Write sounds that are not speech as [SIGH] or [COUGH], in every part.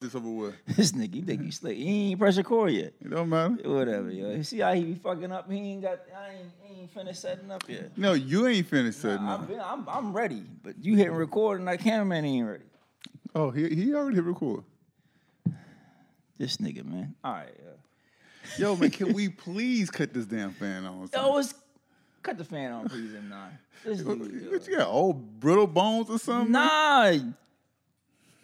This over with. [LAUGHS] This nigga, he think he slick. He ain't press record yet. It don't matter. Whatever, yo. You see how he be fucking up? He ain't got. I ain't, he ain't finished setting up yet. No, you ain't finished setting I'm, up. been, I'm, I'm ready, but you hitting record and that cameraman ain't ready. Oh, he he already hit record. This nigga, man. All right, yo. Yo, man, can [LAUGHS] we please cut this damn fan on? Yo, it's, cut the fan on, please, and nine. This What, nigga, what you got? Old brittle bones or yo. something? Nah.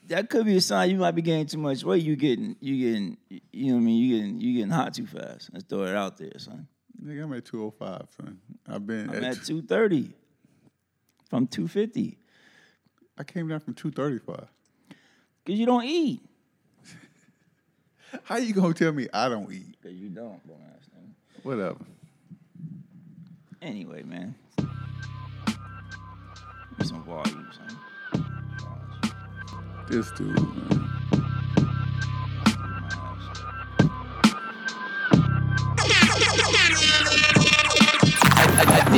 That could be a sign you might be gaining too much weight. You getting, you getting, you know what I mean. You getting, you getting hot too fast. Let's throw it out there, son. Nigga, I'm at 205, son. I've been I'm at, at two thirty from two fifty I came down from 235. because you don't eat. How you gonna tell me I don't eat? Because you don't, dumbass nigga. Whatever. Anyway, man. Give me Some volume, son. This dude, man.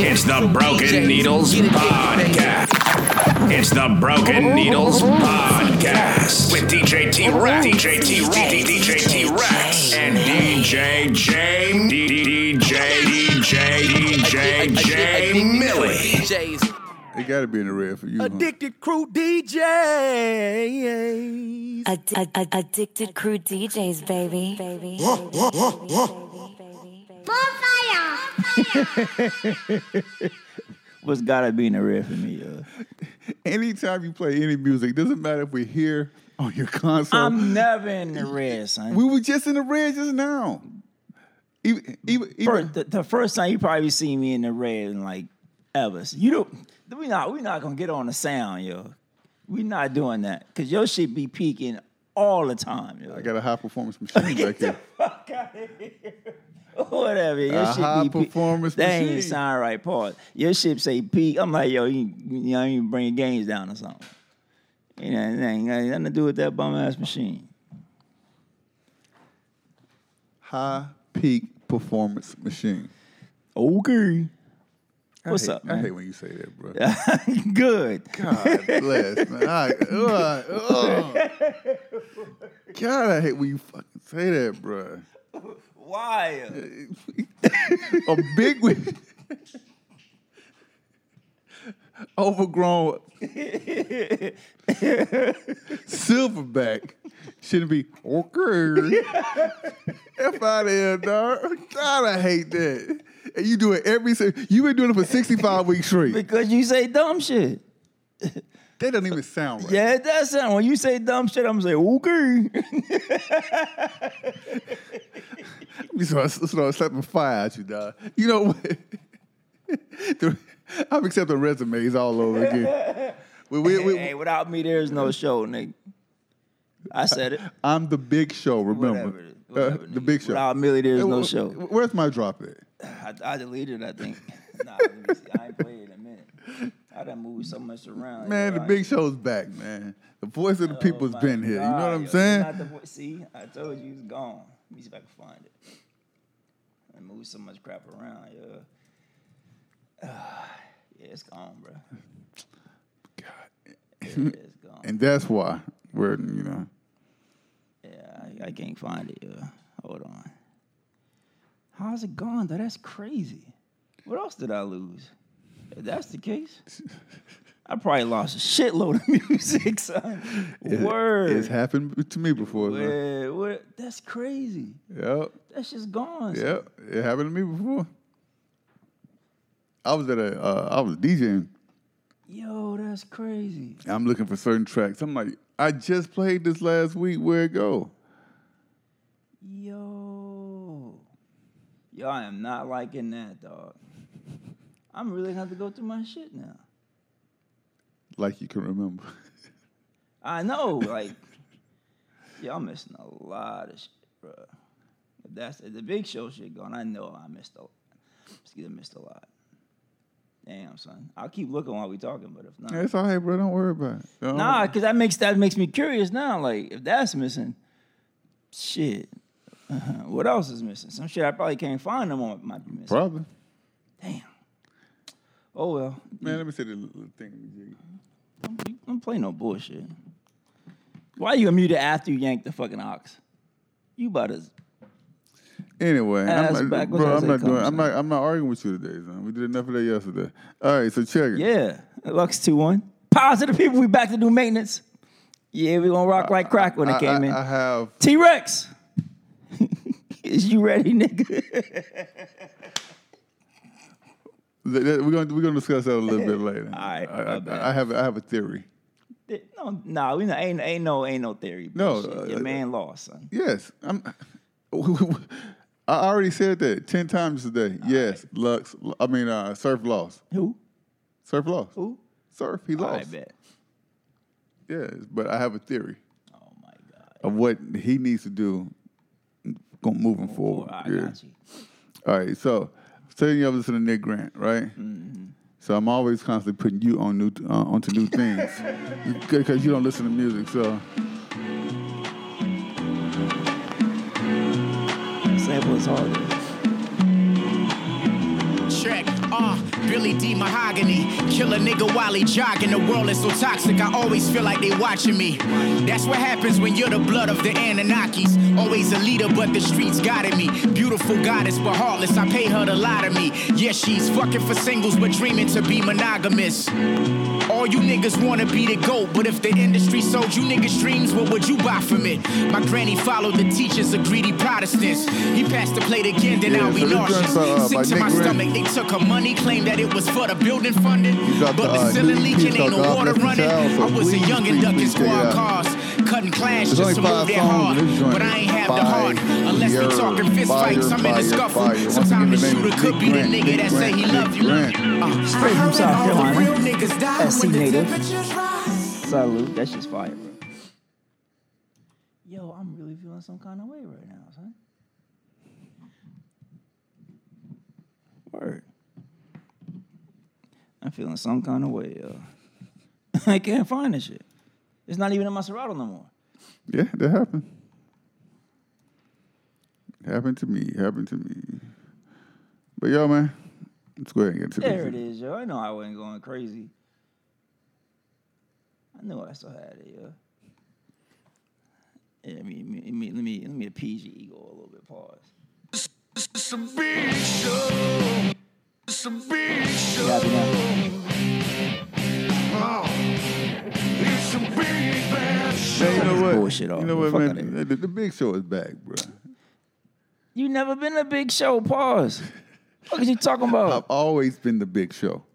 It's the Broken Needles Podcast. It's the Broken Needles Podcast with DJ T Rex, DJ T DJ T Rex, and DJ J, D- DJ DJ DJ J Millie. J's It gotta be in the red for you. huh? addicted crew DJs. Addi- ad- ad- addicted crew DJs, baby. Baby. What's gotta be in the red for me, uh? yo? Anytime you play any music, doesn't matter if we're here on your console. [LAUGHS] I'm never in the red, son. we were just in the red just now. Even, even, even First- the, the first time you probably seen me in the red in like ever. So you don't. We not. We not gonna get on the sound, yo. We not doing that because your shit be peaking all the time, yo. I got a high performance machine back [LAUGHS] Get the here. fuck out of here. Whatever. Your A shit be high peak. performance That machine. ain't sound right, Paul. Your shit say peak. I'm like, yo, you, you know, you bring your gains down or something. You know, it ain't got nothing to do with that bum ass machine. [LAUGHS] High peak performance machine. Okay. I What's hate- up, I hate man? when you say that, bro. Good. God [LAUGHS] bless, man. I, ugh, [LAUGHS] ugh. God, I hate when you fucking say that, bro. Why? A big wig. Overgrown silverback shouldn't be okay. F out of here, dog. God, I hate that. And you do it every. si- You've been doing it for sixty-five weeks straight. Because you say dumb shit. That doesn't even sound right. Yeah, that's it. When you say dumb shit, I'm say okay. You start, start slapping fire at you, dog. You know what? [LAUGHS] I'm accepting resumes all over again. We- we- we- hey, without me, there's no show, nigga. I said it. I'm the big show, [LAUGHS] remember. Whatever. it is. Uh, Whatever, the nigga. big show. Without Millie, there's Hey, no wh- show. wh- Where's my drop at? I, I deleted it, I [LAUGHS] think. nah, let me see. I ain't played in a minute. I done moved so much around. Man, yo. the I- big show's back, man. The voice of the Oh, people's my been here. You know God, what I'm yo. saying? Not the vo- see, I told you it's gone. Let me see if I can find it. I moved so much crap around, yo. [SIGHS] Ah, yeah, it's gone, bro. Yeah, it's gone. And that's why we're, you know. Yeah, I, I can't find it. Yeah. Hold on. How's it gone though? That's crazy. What else did I lose? If that's the case, I probably lost a shitload of [LAUGHS] music, son. it- Word. It's happened to me before. man. Word, word. That's crazy. Yep. That's just gone. son. Yep, it happened to me before. I was at a, uh, I was DJing. Yo, that's crazy. and I'm looking for certain tracks. I'm like, I just played this last week. Where it go? Yo. Yo, I am not liking that, dog. I'm really gonna have to go through my shit now. Like you can remember. [LAUGHS] I know, like, y'all missing a lot of shit, bro. If that's if the big show shit going, I know I missed a, excuse me, missed a lot. Damn, son. I'll keep looking while we talking, but if [LAUGHS] not, That's all right, bro. Don't worry about it. Don't- nah, because that makes that makes me curious now. Like, if that's missing, shit. [LAUGHS] What else is missing? Some shit I probably can't find no more. Might be missing. probably. Damn. Oh well, Man, let me say the little thing. don't play no bullshit. Why you unmuted after you yanked the fucking ox? You about to Anyway, Ass I'm not, backwards bro, as I'm they not come, doing. I'm son. not. I'm not arguing with you today, son. We did enough of that yesterday. All right, so check it. yeah. Lux two one. Positive people. We back to do maintenance. Yeah, we gonna rock like crack when I, it came I- in. I have. T Rex, [LAUGHS] is you ready, nigga? th- th- We're gonna we're gonna discuss that a little [LAUGHS] bit later. All right, I, my I- bad. I have I have a theory. no, nah, we not, ain't ain't no ain't no theory. No, bullshit. uh, your uh, man lost, son. Yes, I'm. [LAUGHS] I already said that ten times today. yes, Lux. I mean, uh, Surf lost. Who? Surf lost. Who? Surf. He I lost. bet. Yes, but I have a theory Oh my god. of what he needs to do, go- moving forward. I Yeah. got you. All right, so saying you ever listen to Nick Grant, right? Mm-hmm. So I'm always constantly putting you on new uh, onto new [LAUGHS] things because you don't listen to music. So Sample is hard. Check, uh, Billy D. Mahogany. Kill a nigga while he jogging. The world is so toxic, I always feel like they watching me. That's what happens when you're the blood of the Anunnakis. Always a leader, but the streets guided me. Beautiful goddess, but heartless. I pay her the lie to me. Yeah, she's fucking for singles, but dreaming to be monogamous. All you niggas wanna be the GOAT, but if the industry sold you niggas dreams, what would you buy from it? My granny followed the teachers of greedy Protestants. He passed the plate again, then Yeah, now we so this nauseous. joint's, uh, Sick by to Nick my Grant. stomach, they took her money, claimed that it was for the building funding. dropped But the, uh, the ceiling new leaking, piece ain't called no water Godless running. Child, so I was a please, young please, and ducking please check it squad out. cars, cutting class There's just only to five move that songs in this hard. joint. But I ain't have the heart, Fire, unless we talking fist fire, fights. I'm in fire, the scuffle. fire. Once again, Sometimes the the name shooter is could Nick be the Grant, nigga Nick that say Grant, he love Nick you. Grant. Uh, Straight from South Carolina. niggas die SC native. temperatures rise. Salute. That's just fire, bro. Yo, I'm really feeling some kind of way right now, son. Word. I'm feeling some kind of way, yo. [LAUGHS] I can't find this shit. It's not even in my Serato no more. yeah, that happened. Happened to me. Happened to me. But yo, man, let's go ahead and get to There this. [LAUGHS] it is, yo. I know I wasn't going crazy. I knew I still had it, yo. Yeah, let me, let me, let me, let me appease your ego a little bit. Pause. You happy now? Hey, you know what? bullshit off. You know what, Fuck outta man? The, the big show is back, bro. You never been a big show. Pause. What are you talking about? I've [LAUGHS] always been the big show. [LAUGHS]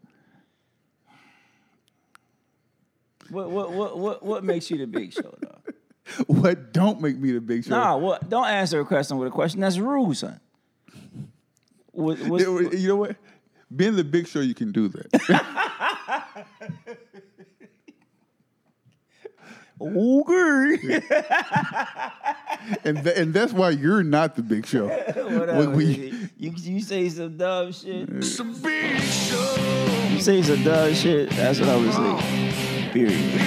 What, what, what, what, what makes you the big show, though? What don't make me the big show? [LAUGHS] Nah, what? Don't answer a question with a question. That's rude, son. What, what's, You know- you know what? Being the big show, you can do that. okay. and, tha- and that's why you're not the big show. Whatever. When we- nigga. you, you say some dumb shit. You say some dumb shit. That's what I would say. Period.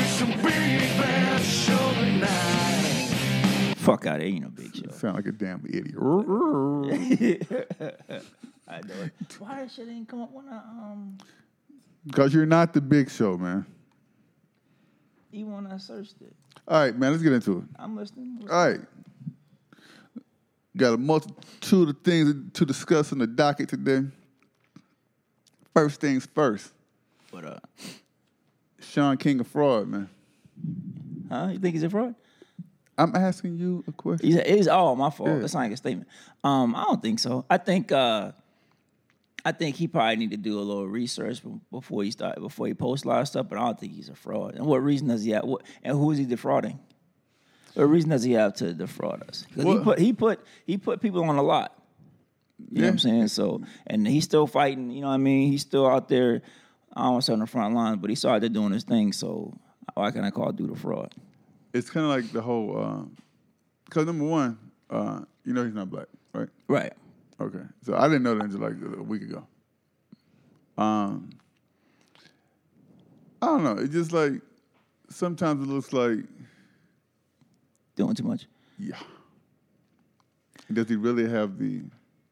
Fuck out. Ain't no big show. Sound like a damn idiot. [LAUGHS] I know it. Why that shit ain't come up when I um Because you're not the big show, man. even when I searched it. All right, man, let's get into it. I'm listening. What's- All right. Got a multitude of things to discuss on the docket today. First things first, What up? Sean King of Fraud, man. Huh? You think he's a fraud? I'm asking you a question. He's it's all my fault. Yeah. That's not like a statement. Um, I don't think so. I think uh, I think he probably need to do a little research be- before he start before he posts a lot of stuff. But I don't think he's a fraud. And what reason does he have? What, and who is he defrauding? What reason does he have to defraud us? 'Cause he Well- put he put he put people on a lot. You know what I'm saying? So, and he's still fighting. You know what I mean? He's still out there. I don't want to say on the front lines, but he's still out there doing his thing. So, why can I call dude a fraud? It's kind of like the whole, because number one, uh, you know he's not black, right? Right. Okay. So I didn't know that until like a week ago. Um, I don't know. It's just like sometimes it looks like, Doing too much. yeah. Does he really have the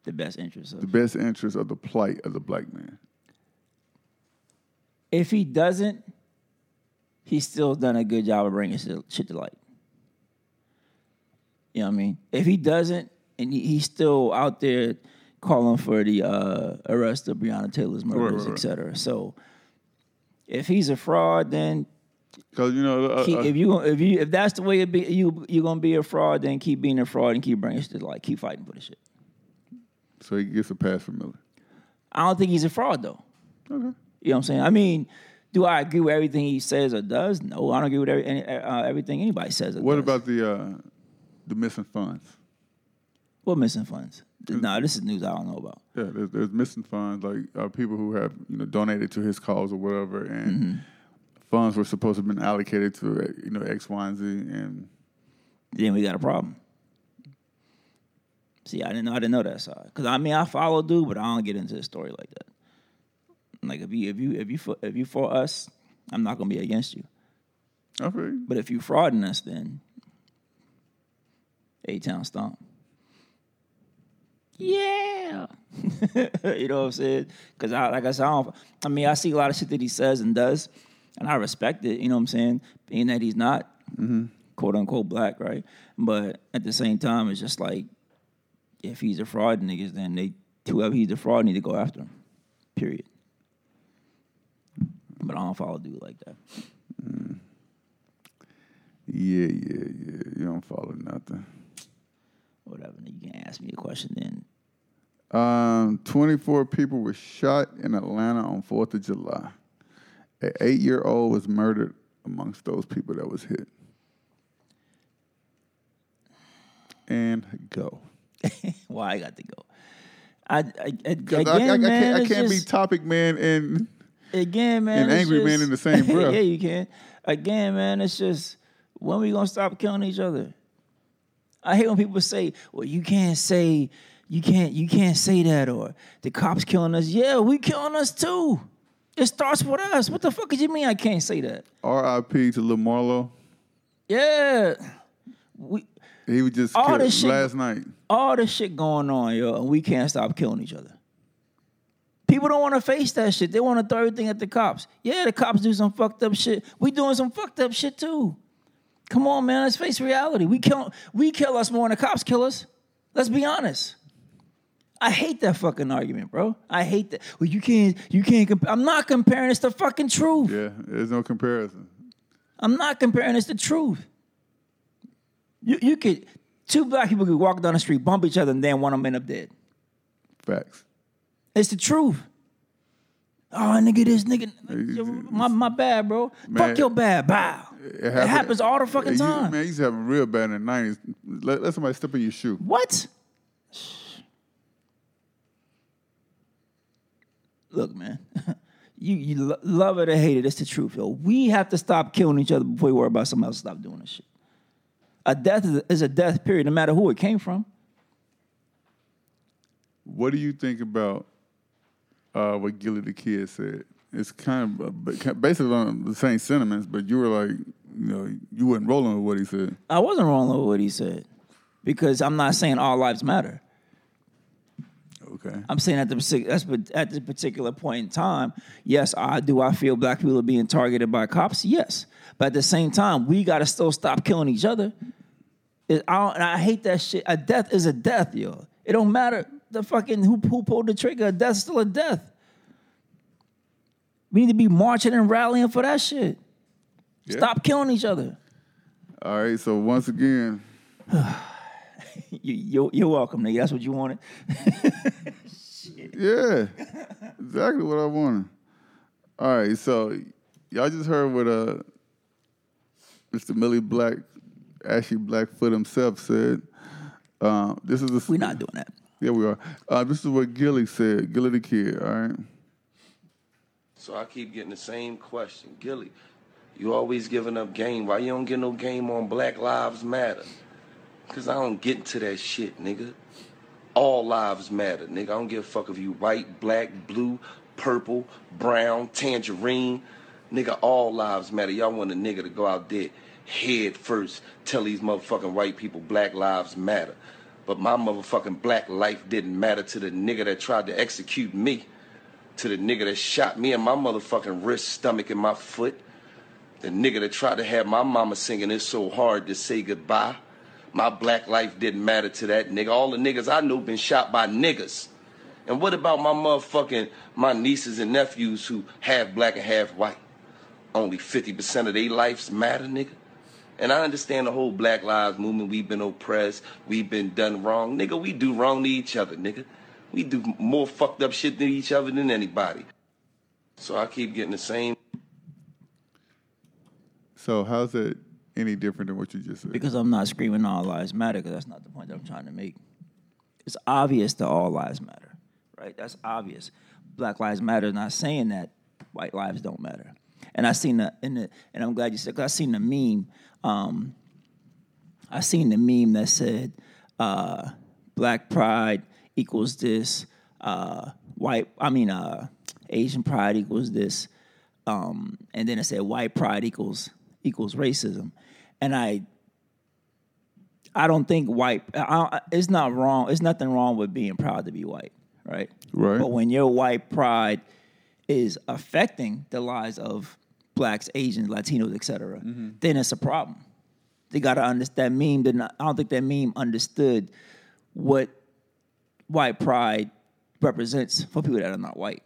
The best interest of the best interest of the plight of the black man? if he doesn't, he's still done a good job of bringing shit shit to light. You know what I mean? If he doesn't, and he, he's still out there calling for the uh, arrest of Breonna Taylor's murders, right, right. et cetera. So if he's a fraud, then Because you know, uh, keep, uh, if you if you if that's the way it be, you you're gonna be a fraud, then keep being a fraud and keep bringing shit like keep fighting for the shit. So he gets a pass from Miller. I don't think he's a fraud though. You know what I'm saying? I mean, do I agree with everything he says or does? No, I don't agree with every, any, uh, everything anybody says. Or what does. about the uh, the missing funds? we're missing funds? No, this is news I don't know about. Yeah, there's, there's missing funds like uh, people who have you know donated to his cause or whatever, and funds were supposed to have been allocated to uh, you know X, Y, and Z, and Then we got a problem. See, I didn't know I didn't know that side because I mean I follow dude, but I don't get into the story like that. Like if you if you if you for, if you for us, I'm not gonna be against you. I feel you. But if you frauding us, then A Town Stomp. Yeah. [LAUGHS] you know what I'm saying? Because I like I said, I, don't, I mean, I see a lot of shit that he says and does, and I respect it. You know what I'm saying? Being that he's not quote unquote black, right? But at the same time, it's just like if he's a fraud niggas, then they whoever he's a fraud need to go after him. Period. But I don't follow dude like that. yeah, yeah, yeah. You don't follow nothing. Whatever. You can ask me a question then. Um, 24 people were shot in Atlanta on 4th of July. An eight year old was murdered amongst those people that was hit. And go. Why I got to go? I, I, I- again, Because I, I, I man, can't, I it's can't just- be topic man and again, man, and it's angry man just- in the same breath. [LAUGHS] yeah, you can. Again, man, it's just when we gonna stop killing each other? I hate when people say, "Well, you can't say, you can't, you can't say that," or "The cops killing us." Yeah, we killing us too. It starts with us. What the fuck did you mean? I can't say that. RIP to Lil Marlowe. Yeah, we He was just All killed this shit- last night. all this shit going on, yo, and we can't stop killing each other. People don't want to face that shit. They want to throw everything at the cops. Yeah, the cops do some fucked up shit. We doing some fucked up shit too. Come on, man. Let's face reality. We kill we kill us more than the cops kill us. Let's be honest. I hate that fucking argument, bro. I hate that. Well, you can't you can't compare. I'm not comparing this to fucking truth. Yeah, there's no comparison. I'm not comparing this to truth. You you could two black people could walk down the street, bump each other, and then one of them end up dead. Facts. It's the truth. Oh, nigga, this nigga. My, my bad, bro. Man. Fuck your bad. Bow. It, happened- happens all the fucking You- time. man, you used to have a real bad in the 90s. Let, let somebody step in your shoe. What? Look, man. [LAUGHS] You, you lo- love it or hate it, it's the truth, yo. We have to stop killing each other before we worry about somebody else stop doing this shit. A death is a, is a death, period, no matter who it came from. What do you think about uh, what Gilly the Kid said? It's kind of uh, ba- ki- basically on the same sentiments, but you were like, you know, you wasn't rolling with what he said. I wasn't wrong with what he said because I'm not saying all lives matter. Okay. I'm saying at the partic- that's but at this particular point in time, yes, I do. I feel black people are being targeted by cops. Yes, but at the same time, we gotta still stop killing each other. It- I don't- and I hate that shit. A death is a death, yo. It don't matter the fucking who who pulled the trigger. A death's still a death. We need to be marching and rallying for that shit. Stop killing each other. [LAUGHS] All right. So once again, You, you're, you're welcome, nigga. That's what you wanted. yeah, exactly what I wanted. All right. So y'all just heard what uh, Mr. Millie Black, Ashley Blackfoot himself said. Uh, this is a We're not doing that. Yeah, we are. Uh, this is what Gilly said. Gilly the Kid. All right. So I keep getting the same question. Gilly, you always giving up game. Why you don't get no game on Black Lives Matter? Cause I don't get into that shit, nigga. All lives matter, nigga. I don't give a fuck if you white, black, blue, purple, brown, tangerine. Nigga, all lives matter. Y'all want a nigga to go out there head first, tell these motherfucking white people black lives matter. But my motherfucking black life didn't matter to the nigga that tried to execute me to the nigga that shot me in my motherfucking wrist, stomach, and my foot. The nigga that tried to have my mama singing It's So Hard to Say Goodbye. My black life didn't matter to that nigga. All the niggas I knew been shot by niggas. And what about my motherfucking my nieces and nephews who half black and half white? Only 50% of their lives matter, nigga. And I understand the whole Black Lives Movement. We've been oppressed. We've been done wrong. Nigga, we do wrong to each other, nigga. We do more fucked up shit to each other than anybody. So I keep getting the same. So how's that any different than what you just said? Because I'm not screaming all lives matter, because that's not the point that I'm trying to make. It's obvious that all lives matter, right? That's obvious. Black lives matter. Not saying that white lives don't matter. And I seen the in the and I'm glad you said. Cause I seen the meme. Um, I seen the meme that said, uh, "Black pride equals this. Uh, white. I mean, uh, Asian pride equals this." Um, and then it said, "White pride equals equals racism." And I I don't think white. I, I- it's not wrong. It's nothing wrong with being proud to be white, right? Right. But when your white pride is affecting the lives of blacks, Asians, Latinos, etc., then it's a problem. They got to understand. That meme did not. I don't think that meme understood what white pride represents for people that are not white.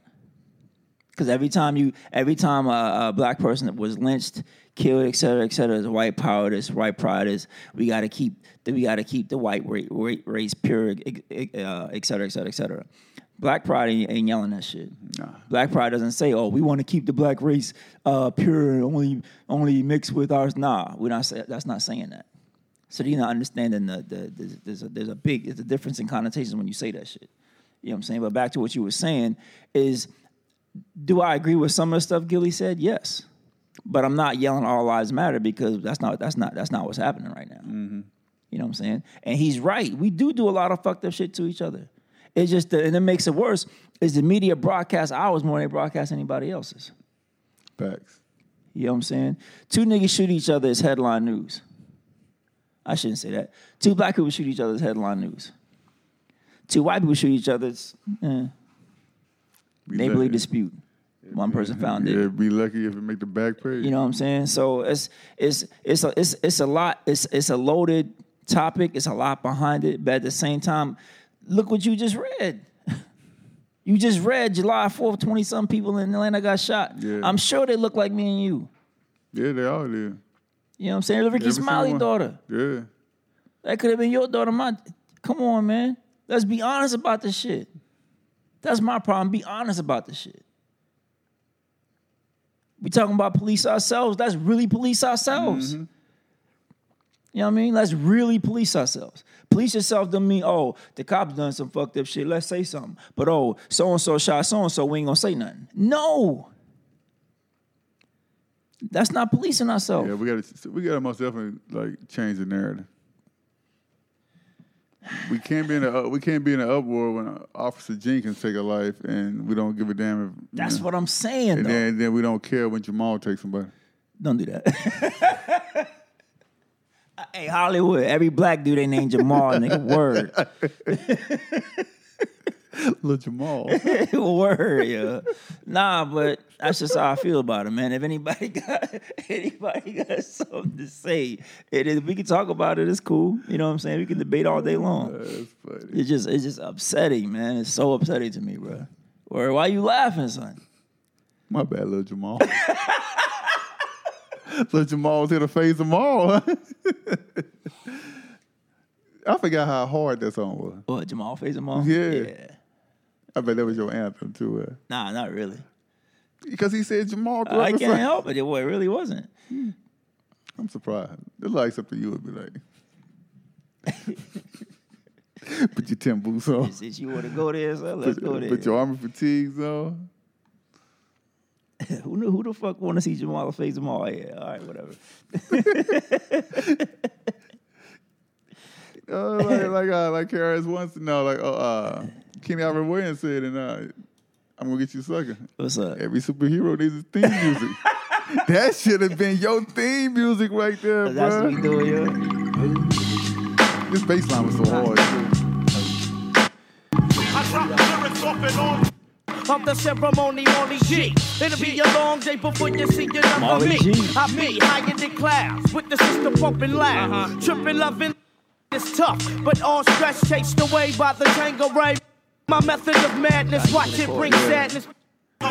Because every time you, every time a, a black person was lynched, killed, et cetera, et cetera, is white power. This white pride is we got to keep the we got to keep the white ra- ra- race pure, et, et- uh, et cetera, et cetera, et cetera. Black pride ain't, ain't yelling that shit. Black pride doesn't say, "Oh, we want to keep the black race uh, pure and only only mixed with ours." Nah, we're not. say- That's not saying that. So do you not understanding the, the, the there's a there's a big there's a difference in connotations when you say that shit. You know what I'm saying? But back to what you were saying is do I agree with some of the stuff Gilly said? Yes. But I'm not yelling all lives matter because that's not that's not that's not what's happening right now. You know what I'm saying? And he's right. We do do a lot of fucked up shit to each other. It's just that, and it makes it worse is the media broadcasts ours more than they broadcast anybody else's. Facts. You know what I'm saying? Two niggas shoot each other is headline news. I shouldn't say that. Two black people shoot each other is headline news. Two white people shoot each other is eh, Be neighborly lucky. dispute. One person found it. Yeah, be lucky if it make the back page. You know what I'm saying? So it's it's it's a, it's it's a lot. It's it's a loaded topic. It's a lot behind it, but at the same time, look what you just read. [LAUGHS] You just read July 4th, 20 some people in Atlanta got shot. Yeah. I'm sure they look like me and you. Yeah, they all do. You know what I'm saying? The Ricky Every Smiley single one. daughter. Yeah. That could have been your daughter. My come on, man. Let's be honest about this shit. That's my problem. Be honest about this shit. We talking about police ourselves. Let's really police ourselves. Mm-hmm. You know what I mean? Let's really police ourselves. Police yourself don't mean, oh, the cops done some fucked up shit. Let's say something. But oh, so and so shot so and so. We ain't gonna say nothing. No. That's not policing ourselves. Yeah, we gotta so we gotta most definitely like change the narrative. We can't be in a uh, we can't be in an uproar when uh, Officer Jenkins take a life and we don't give a damn if you That's know, what I'm saying. and Though. then then we don't care when Jamal takes [LAUGHS] somebody. Don't do that. [LAUGHS] hey, Hollywood, every black dude they named Jamal, nigga. [LAUGHS] Word. Little [LAUGHS] Jamal. Word, yeah. Nah, but that's just how I feel about it, man. If anybody [LAUGHS] got anybody got something to say, it is we can talk about it, it's cool. You know what I'm saying? We can debate all day long. That's funny. It's just it's just upsetting, man. It's so upsetting to me, bro. Word, why you laughing, son? My bad, little [LAUGHS] Jamal. little Jamal's here to phase them all. [LAUGHS] I forgot how hard that song was. What, Jamal face Jamal? Yeah. I bet that was your anthem too. Uh, Nah, not really. because he said Jamal. throughout I the can't song. help it. It wa- it really wasn't. I'm surprised. It's like something you would be like. [LAUGHS] Put your Tim boots on. Since you want to go there, so let's Put, go there. put your army fatigues on. Who knew, who the fuck want to see Jamal face Jamal? Yeah, all right, whatever. Uh, [LAUGHS] like like uh, like Harris wants to know. Like oh, uh, Kenny Albert Williams said, and uh, I'm gonna get you sucker. What's up? Every superhero needs his theme [LAUGHS] music. that should have been your theme music right there, That's what bro. we doing, yo. This bass line was so hard. too. of the ceremony on the G. It'll be a long day before you see your number Molly me. G. Uh-huh. I be high in the clouds with the system pumping loud, tripping, loving. It's tough, but all stress chased away by the tango ray. My method of madness, watch it bring sadness. Now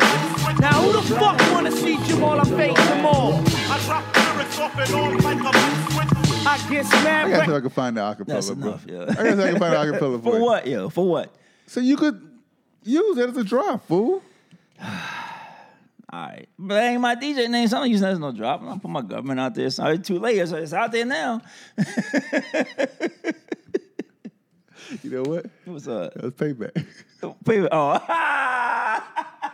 who the fuck wanna see Jamal? I fade them all. I drop lyrics off and on like a loose switch. I guess I gotta mad see if I rec- can find the acapella, That's bro. enough, yo. I gotta see if I can find the acapella [LAUGHS] For you. what, yo? For what? So you could use that as a drop, fool. All right. But that ain't my DJ name. So I'm using that as no drop. I'm gonna put my government out there. So it's too late. So it's out there now. You know what? What's up? That's [LAUGHS] payback. Wait, oh. [LAUGHS]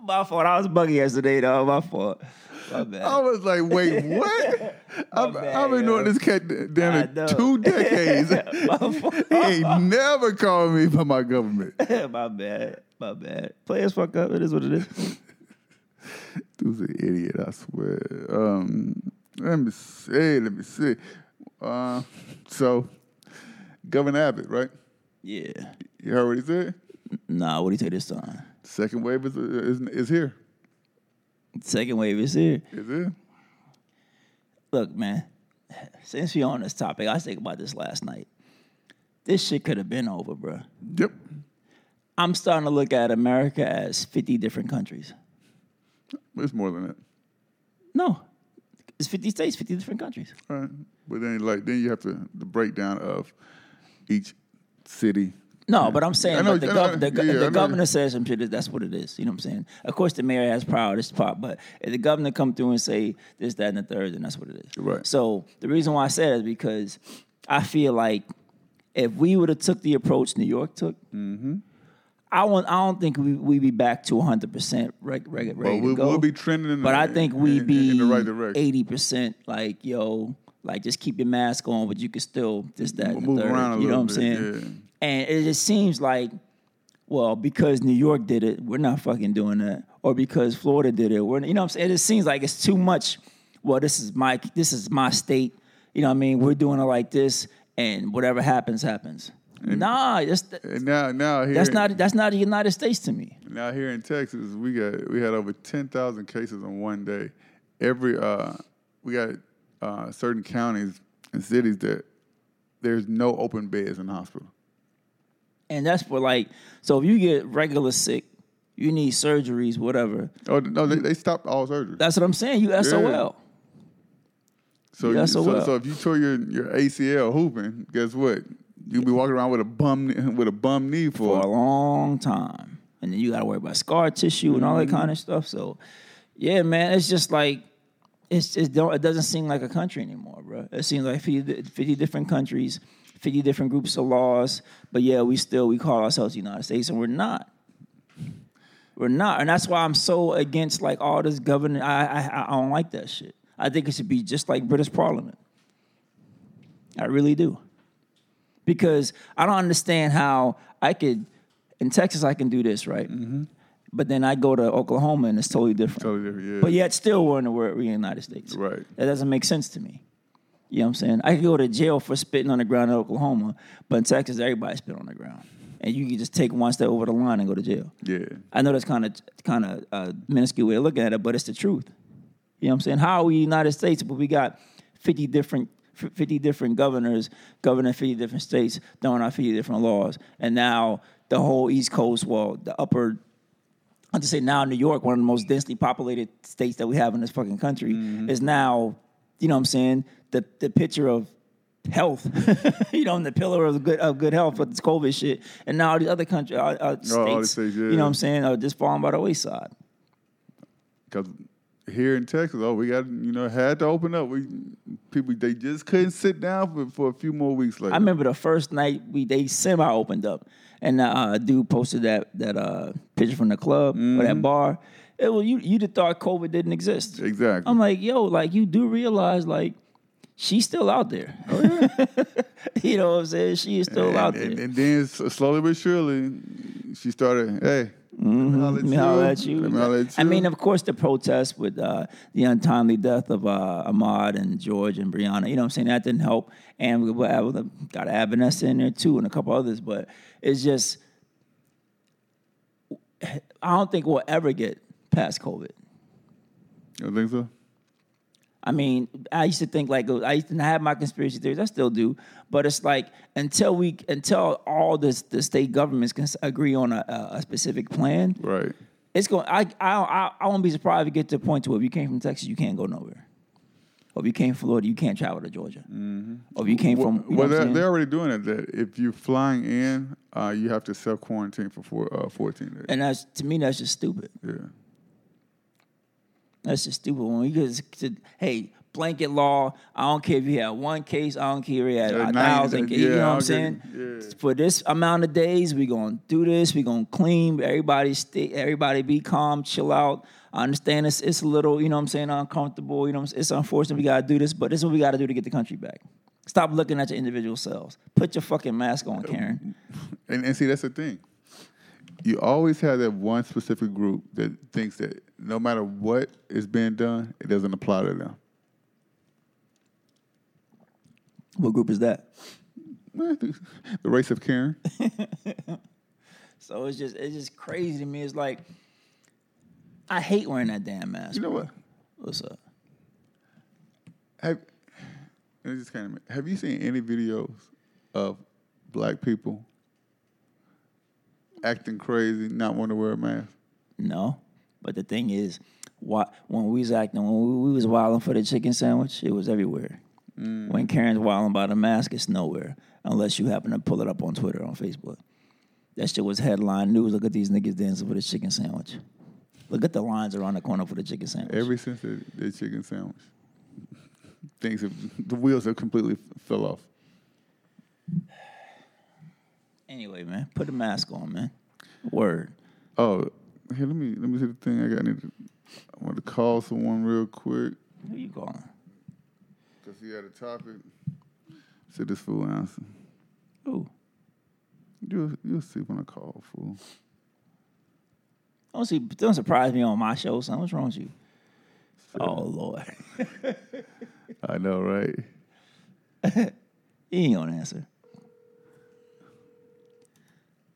my fault. I was buggy yesterday, though. My fault. My bad. I was like, wait, [LAUGHS] what? I've, bad, I've been doing yo. this cat I damn know. it [LAUGHS] two decades. my fault. [LAUGHS] he ain't never called me by my government. [LAUGHS] my bad. My bad. Players fuck up. It is what it is. Dude's an idiot, I swear. Um, let me see, let me see. Uh, so, Governor Abbott, right? Yeah. You heard what he said? Nah, what do you take this time? Second wave is, is, is here. Second wave is here. Is it? Look, man, since we're on this topic, I was thinking about this last night. This shit could have been over, bruh. Yep. I'm starting to look at America as 50 different countries. It's more than that. No, it's 50 states, 50 different countries. All right. But then, like, then you have to the breakdown of each city. No, but I'm saying I know- like, the, I know- gov- the, go- yeah, if I the know. governor says some shit. That's what it is. You know what I'm saying? Of course, the mayor has power. This part, but if the governor come through and say this, that, and the third, then that's what it is. Right. So the reason why I say that is because I feel like if we would have took the approach New York took, Mm-hmm. I want. I don't think we we be back to 100 percent ready But we to go. will be trending. In But the, I think Mm-hmm. we in, be in the right direction. eighty percent. Like yo, like just keep your mask on, but you can still just that. and the Move third, around a you know what I'm little bit, saying? And it just seems like, well, because New York did it, we're not fucking doing that, or because Florida did it, we're you know what I'm saying. It just seems like it's too much. Well, this is my this is my state. You know what I mean? We're doing it like this, and whatever happens, happens. nah, that's And now, now here, that's not that's not the United States to me. now here in Texas. We got we had over ten thousand cases in one day. Every uh, we got uh, certain counties and cities that there's no open beds in the hospital. And that's for like, so if you get regular sick, you need surgeries, whatever. Oh no, they, they stopped all surgery. That's what I'm saying. You SOL. So, Yeah, you, so so, what? so if you tore your, your ACL hooping, guess what? You'll be walking around with a bum [LAUGHS] kn- with a bum knee for, for a long time. And then you got to worry about scar tissue and all that kind of stuff. So, yeah, man, it's just like it's it don't it doesn't seem like a country anymore, bro. It seems like 50, di- 50 different countries, fifty different groups of laws. But yeah, we still we call ourselves the United States, and we're not. We're not, and that's why I'm so against like all this government. I I, I don't like that shit. I think it should be just like British Parliament. I really do because I don't understand how I could in Texas I can do this right, but then I go to Oklahoma and it's totally different. Mm-hmm. Totally different, yeah. But yet still we're in the wor- we're in the United States. Right. That doesn't make sense to me. You know what I'm saying? I could go to jail for spitting on the ground in Oklahoma, but in Texas everybody spit on the ground, and you can just take one step over the line and go to jail. yeah. I know that's kind of kind of a minuscule way of looking at it, but it's the truth. You know what I'm saying? How are we United States, but we got 50 different 50 different governors governing 50 different states, throwing out 50 different laws, and now the whole East Coast, well, the upper I just say now New York, one of the most densely populated states that we have in this fucking country, Mm-hmm. is now, you know what I'm saying, the the picture of health, [LAUGHS] you know, and the pillar of good of good health with this COVID shit. And now all these other country uh, uh, states, Oh, all these states, you yeah. know what I'm saying, are just falling by the wayside. Because here in Texas, oh, we got you know had to open up. We people they just couldn't sit down for, for a few more weeks. Like I remember the first night we they semi opened up, and uh, a dude posted that that uh, picture from the club or that bar. It was you you'd have thought COVID didn't exist. exactly. I'm like, yo, like you do realize like she's still out there. [LAUGHS] you know what I'm saying? She is still and, out and, there. and then s- slowly but surely, she started. Hey, let Mm-hmm. Let me me holler holler at you. Let me holler at I mean, you. of course, the protests with uh, the untimely death of uh, Ahmad and George and Brianna, you know what I'm saying? That didn't help. And we we have- got Avanessa in there too and a couple others, but it's just, I don't think we'll ever get past COVID. you don't think so? I mean, I used to think like I used to have my conspiracy theories. I still do, but it's like until we until all the the state governments can s- agree on a, a a specific plan, Right. it's going. I I I, I won't be surprised if it get to a point to where if you came from Texas, you can't go nowhere. Or if you came from Florida, you can't travel to Georgia. Or if you came from well, you know what I'm they're, saying? they're already doing it. That if you're flying in, uh, you have to self quarantine for four, uh, 14 days. and that's to me that's just stupid. yeah. That's just stupid. When you just said, hey, blanket law, I don't care if you had one case, I don't care if you had Yeah, a 90 thousand days. cases. you Yeah, know what I'll I'm get- saying? yeah. For this amount of days, we gonna do this, we gonna clean, everybody stay everybody be calm, chill out. I understand it's it's a little, you know what I'm saying, uncomfortable, you know what I'm saying? It's unfortunate we gotta do this, but this is what we gotta do to get the country back. Stop looking at your individual selves. Put your fucking mask on, Karen. And, and see, that's the thing. You always have that one specific group that thinks that no matter what is being done, it doesn't apply to them. What group is that? Eh, The the race of Karen. So it's just it's just crazy to me. It's like I hate wearing that damn mask. You know what? What's up? Have it just kind of have you seen any videos of black people acting crazy, not wanting to wear a mask? No. But the thing is, why, when we was acting, when we, we was wilding for the chicken sandwich, it was everywhere. When Karen's wilding about a mask, it's nowhere unless you happen to pull it up on Twitter on Facebook. That shit was headline news. Look at these niggas dancing for the chicken sandwich. Look at the lines around the corner for the chicken sandwich. Every since the, the chicken sandwich, things have, the wheels have completely fell off. anyway, man, put a mask on, man. Word. Oh, here let me let me see the thing I got. I need to, I want to call someone real quick Who you calling? because he had a topic. See this fool answer. Who? You'll you'll see when I call fool. Don't see. Don't surprise me on my show, son. What's wrong with you? Oh Lord, I know, right? he ain't gonna answer.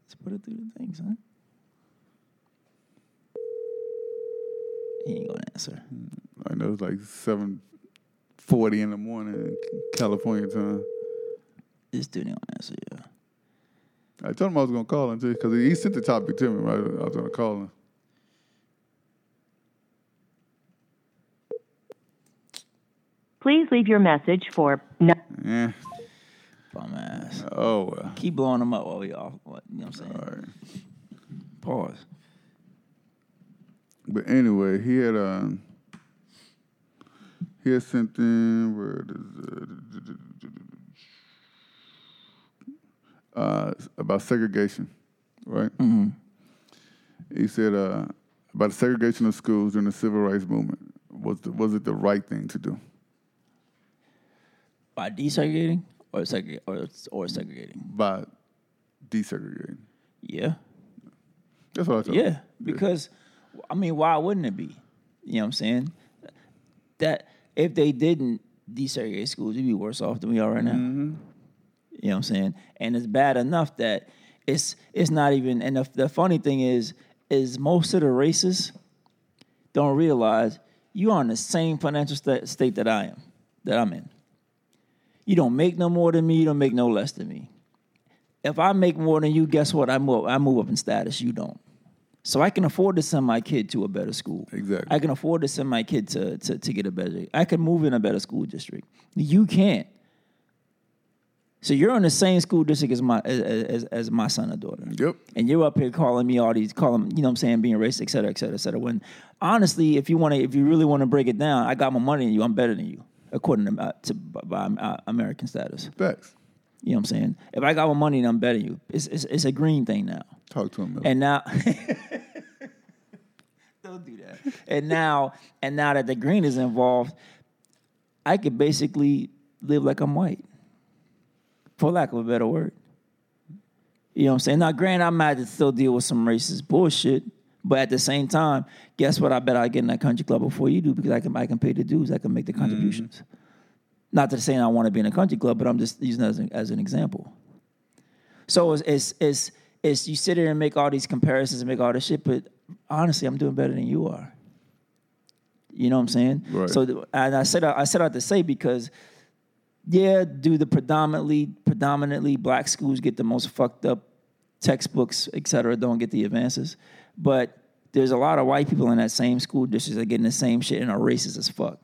Let's put it through the thing, son. He ain't gonna answer. I know it's like seven forty in the morning, in California time. This dude ain't gonna answer. Yeah. I told him I was gonna call him too because he sent the topic to me. Right? I was gonna call him. Please leave your message for. No. Yeah. Bum ass. Eh, Oh well. Keep blowing him up while we off. what- You know what I'm saying? All right. Pause. But anyway, he had um he had sent in where it is, uh, uh, about segregation, right? Mm-hmm. He said uh, about the segregation of schools during the civil rights movement. Was the, was it the right thing to do? By desegregating or segre- or or segregating? by desegregating. Yeah. That's what I thought. Yeah, because I mean, why wouldn't it be? You know what I'm saying? That if they didn't desegregate schools, we'd be worse off than we are right now. You know what I'm saying? And it's bad enough that it's it's not even. And the, the funny thing is, is most of the racists don't realize you are in the same financial sta- state that I am, that I'm in. You don't make no more than me. You don't make no less than me. If I make more than you, guess what? I move. I move up in status. You don't. So I can afford to send my kid to a better school. Exactly. I can afford to send my kid to to, to get a better. I can move in a better school district. You can't. So you're in the same school district as my as, as, as my son or daughter. Yep. And you're up here calling me all these calling, you know what I'm saying, being racist, et cetera, et cetera, et cetera. When honestly, if you want to if you really want to break it down, I got more money than you. I'm better than you according to, uh, to by, uh, American status. Facts. You know what I'm saying? If I got more money, then I'm better than you. It's it's, it's a green thing now. Talk to him. Miller. And now [LAUGHS] Don't do that. And now and now that the green is involved, I could basically live like I'm white. For lack of a better word. You know what I'm saying? Now, granted, I might have to still deal with some racist bullshit, but at the same time, guess what? I bet I get in that country club before you do because I can I can pay the dues, I can make the contributions. Not to say I want to be in a country club, but I'm just using that as an, as an example. So it's, it's it's it's you sit here and make all these comparisons and make all this shit, but honestly, I'm doing better than you are. You know what I'm saying? Right. So, th- and I said I said out to say because, yeah, do the predominantly predominantly black schools get the most fucked up textbooks, et cetera, don't get the advances, but there's a lot of white people in that same school district that are getting the same shit and are racist as fuck.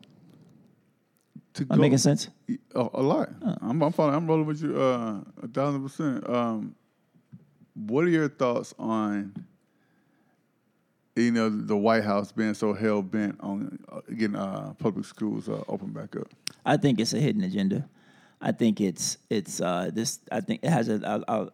To Am I making sense? Oh, A, a lot. I'm, I'm following. I'm rolling with you uh, a thousand percent. Um, what are your thoughts on you know the White House being so hell bent on uh, getting uh, public schools uh, open back up? I think it's a hidden agenda. I think it's it's uh, this. I think it has a. a, a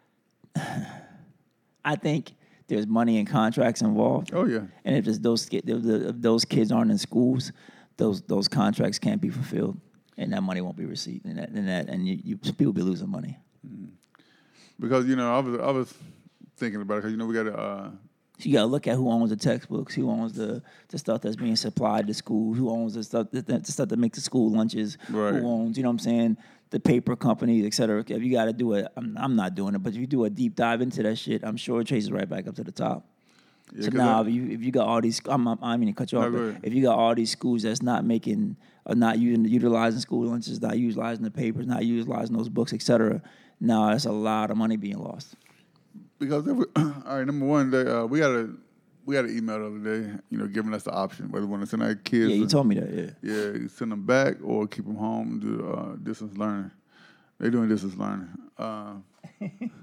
[SIGHS] I think there's money and contracts involved. Oh yeah, And if it's those ki- if the- if those kids aren't in schools, those those contracts can't be fulfilled, and that money won't be received, and that and that and you, you people be losing money. because you know I was I was thinking about it because you know we got to uh, So you gotta look at who owns the textbooks, who owns the, the stuff that's being supplied to schools, who owns the stuff the, the stuff that makes the school lunches, Right. who owns, you know what I'm saying, the paper companies, et cetera. If you gotta do it, I'm, I'm not doing it, but if you do a deep dive into that shit, I'm sure it chases right back up to the top. yeah, so 'cause uh, now, that- if you if you got all these, I'm I'm, I'm gonna cut you No, off. go But ahead. if you got all these schools that's not making, or not using, utilizing school lunches, not utilizing the papers, not utilizing those books, et cetera, now that's a lot of money being lost. because if we, [CLEARS THROAT] all right, number one, they, uh, we got a we got an email the other day, you know, giving us the option whether we want to send our kids. Yeah, you a- told me that. Yeah. Yeah, you send them back or keep them home and do uh, distance learning. They're doing distance learning. Uh, [LAUGHS]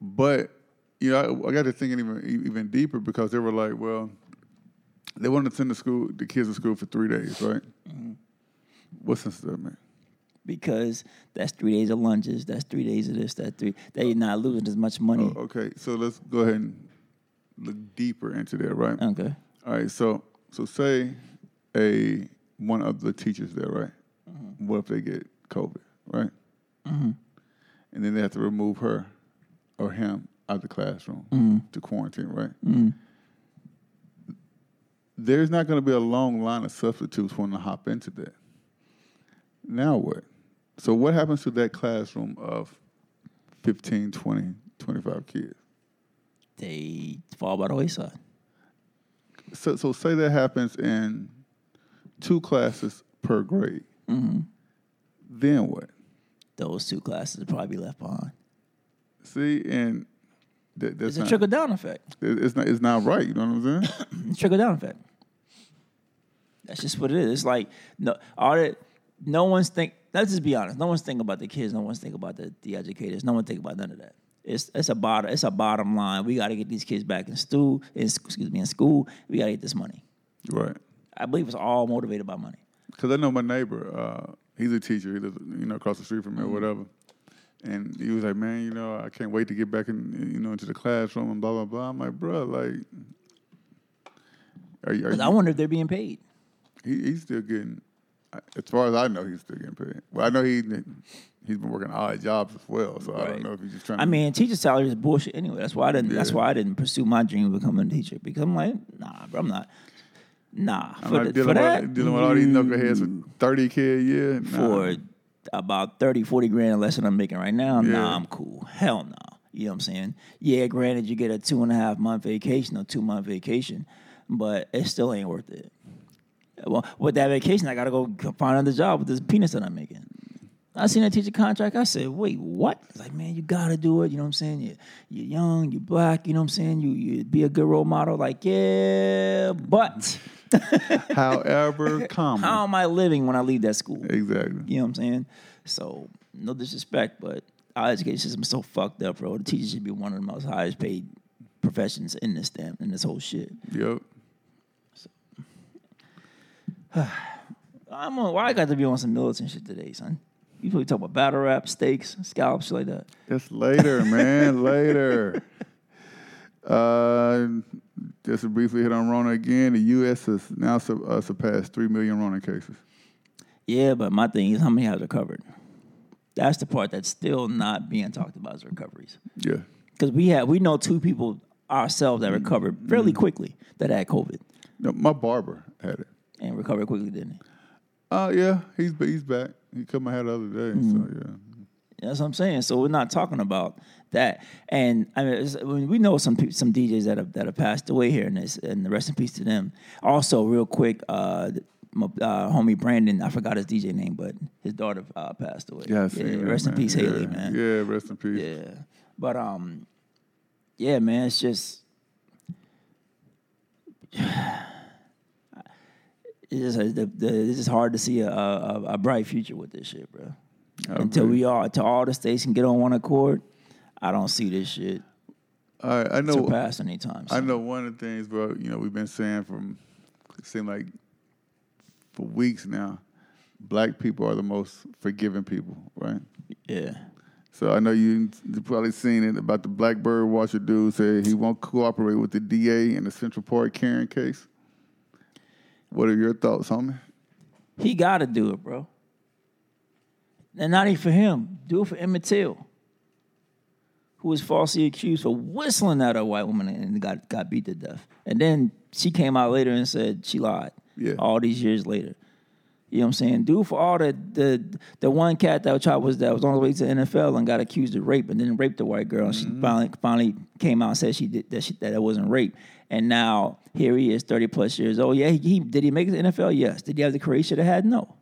but you know, I, I got to thinking even e, even deeper because they were like, well, they wanted to send the school the kids to school for three days, right? What's sense does that man? because that's three days of lunches, that's three days of this, that three. That you're not losing as much money. Okay, so let's go ahead and look deeper into that, right? Okay. All right, so so say a one of the teachers there, right? What if they get COVID, right? And then they have to remove her or him out of the classroom to quarantine, right? There's not going to be a long line of substitutes wanting to hop into that. Now what? So what happens to that classroom of 15, 20, 25 kids? They fall by the wayside. so, so say that happens in two classes per grade. Mm-hmm. Then what? Those two classes will probably be left behind. See, and that, that's It's a not, trickle down effect. it- it's not it's not right. You know what I'm [COUGHS] saying? It's a trickle down effect. That's just what it is. It's like no all that no one's think let's just be honest. No one's thinking about the kids, no one's thinking about the, the educators, no one think about none of that. It's it's a bottom it's a bottom line. We gotta get these kids back in school in, sc- excuse me, in school. We gotta get this money. right. I believe it's all motivated by money. Because I know my neighbor. Uh, he's a teacher. He lives you know across the street from me or Mm-hmm. whatever. And he was like, "Man, you know, I can't wait to get back in you know into the classroom and blah blah blah." I'm like, "Bro, like." Are, you- are 'Cause you, I wonder if they're being paid. He, he's still getting, as far as I know, he's still getting paid. Well, I know he he's been working odd jobs as well, so I don't Right. know if he's just trying. I to, mean, teacher salary is bullshit anyway. That's why I didn't. That's Yeah. why I didn't pursue my dream of becoming a teacher because I'm like, nah, bro, I'm not. Nah, I'm for, not the- dealing for with, that, dealing with all these knuckleheads with thirty k a year. Nah. for about 30, 40 grand less than I'm making right now, Yeah. nah, I'm cool. Hell no. You know what I'm saying? Yeah, granted, you get a two and a half month vacation or two month vacation, but it still ain't worth it. Well, with that vacation, I gotta go find another job with this penis that I'm making. I seen that teacher contract. I said, wait, what? It's like, man, you gotta do it. You know what I'm saying? You're, you're young, you're black, you know what I'm saying? You you be a good role model. Like, yeah, but [LAUGHS] [LAUGHS] however, comma how am I living when I leave that school? exactly. You know what I'm saying? So no disrespect, but our education system is so fucked up, bro. The teachers should be one of the most highest paid professions in this damn in this whole shit. Yep. I'm on, why I got to be on some militant shit today, son? You probably talk about battle rap, steaks, scallops, shit like that. That's later, man. [LAUGHS] later. Uh, just to briefly hit on Rona again, the U.S. has now su- uh, surpassed three million Rona cases. Yeah, but my thing is how many have recovered? That's the part that's still not being talked about is recoveries. Yeah, Because we have we know two people ourselves that recovered fairly quickly that had COVID no, my barber had it. and recovered Oh, quickly, didn't they? Uh, yeah, he's he's back. He come out the other day. So yeah, That's what I'm saying. So we're not talking about that. And I mean, it's, I mean, we know some peop some DJs that have that have passed away here, and this and the rest in peace to them. Also, real quick, uh, th- my uh, homie Brandon, I forgot his DJ name, but his daughter uh, passed away. Yeah, I yeah seen that, rest in man. peace, yeah. Haley, man. Yeah, rest in peace. Yeah. But um yeah, man, it's just [SIGHS] it's just, the, the, it's just hard to see a, a, a bright future with this shit, bro. Until we all, until all the states can get on one accord, I don't see this shit All right, I know. surpass anytime. I soon. know one of the things, bro. You know, we've been saying from it seemed like for weeks now, black people are the most forgiving people, right? Yeah, So I know you you probably seen it about the Blackbird Watcher dude said he won't cooperate with the DA in the Central Park Karen case. What are your thoughts, homie? he got to do it, bro. And not even for him. Do it for Emmett Till, who was falsely accused for whistling at a white woman and got got beat to death. And then she came out later and said she lied. Yeah. All these years later. You know what I'm saying? Do it for all the the the one cat that was- was that was on the way to the NFL and got accused of rape and then raped a white girl and she finally finally came out and said she did that she, that it wasn't rape and now here he is 30 plus years old. Yeah, he, he- did he make it to the NFL? Yes. Did he have the career he should have had? No.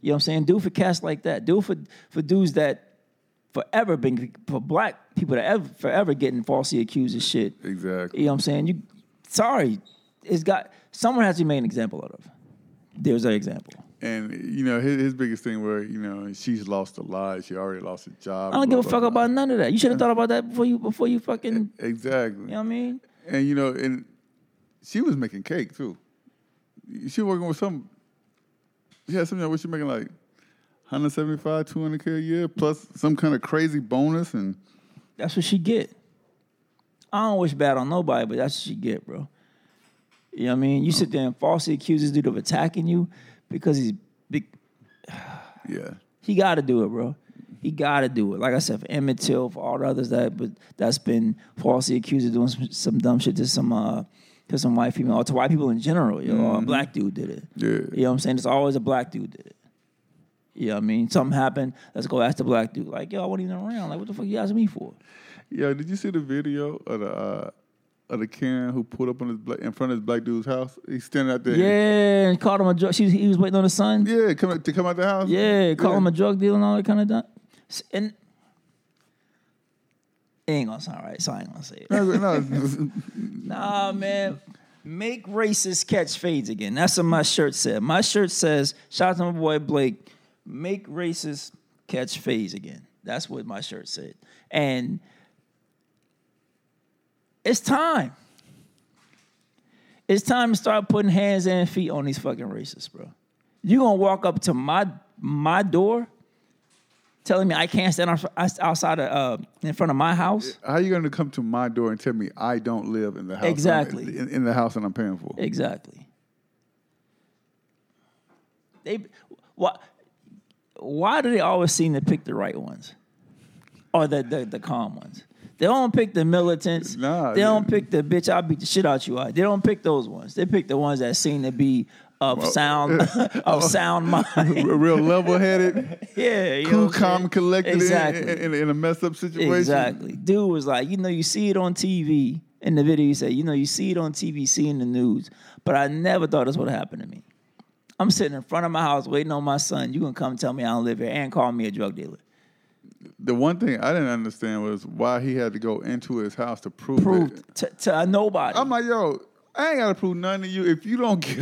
You know what I'm saying? Do it for cats like that. Do it for for dudes that forever been for black people that ever forever getting falsely accused of shit. Exactly. You know what I'm saying? You sorry, it's got someone has to be made an example out of. There's an example. And you know his, his biggest thing where you know she's lost a lot. She already lost a job. I don't blah, give a blah, fuck blah. about none of that. You should have thought about that before you before you fucking. You Exactly. know what I mean? And you know, and she was making cake too. She was working with some. She had something where she making like 175, 200 k a year plus some kind of crazy bonus, and That's what she get. I don't wish bad on nobody, but that's what she get, bro. You know what I mean? You sit there and falsely accuse this dude of attacking you because he's big. yeah, He got to do it, bro. He got to do it. Like I said, for Emmett Till, for all the others that but that's been falsely accused of doing some, some dumb shit to some uh to some white female or to white people in general. You know, or a black dude did it. Yeah. You know what I'm saying? It's always a black dude did it. You know what I mean? Something happened. Let's go ask the black dude. Like, yo, I wasn't even around. Like, what the fuck you asking me for? yo. Did you see the video of the uh, of the Karen who pulled up on his black, in front of his black dude's house? He's standing out there. Yeah, and called him a drug. She was, he was waiting on the son. yeah, come to come out the house. Yeah, call him a drug dealer and all that kind of stuff. And it ain't gonna sound right, so I ain't gonna say [LAUGHS] it. No, Nah, Oh, man. Make racist catch fades again. That's what my shirt said. My shirt says, shout out to my boy Blake, make racist catch fades again. That's what my shirt said. And it's time. It's time to start putting hands and feet on these fucking racists, bro. You gonna walk up to my my door telling me I can't stand outs- outside of, uh, in front of my house? how you gonna come to my door and tell me I don't live in the house? I'm- Exactly. in, in the house and I'm paying for. Exactly. They why why do they always seem to pick the right ones or the the, the calm ones? They don't pick the militants. Nah, they don't yeah. pick the bitch. I'll beat the shit out you. out. They don't pick those ones. They pick the ones that seem to be of sound [LAUGHS] of sound mind. [LAUGHS] A [LAUGHS] [LAUGHS] real level headed. yeah, [LAUGHS] you know cool, what I'm saying? calm, collected Exactly. in, in, in a messed up situation. Exactly. Dude was like, you know, you see it on TV in the video. He said, you know, you see it on TV, see it in the news, but I never thought this would happen to me. I'm sitting in front of my house waiting on my son. You gonna come tell me I don't live here and call me a drug dealer? The one thing I didn't understand was why he had to go into his house to prove, Prove it. to, to nobody. I'm like, yo, I ain't gotta prove nothing to you if you don't [LAUGHS] get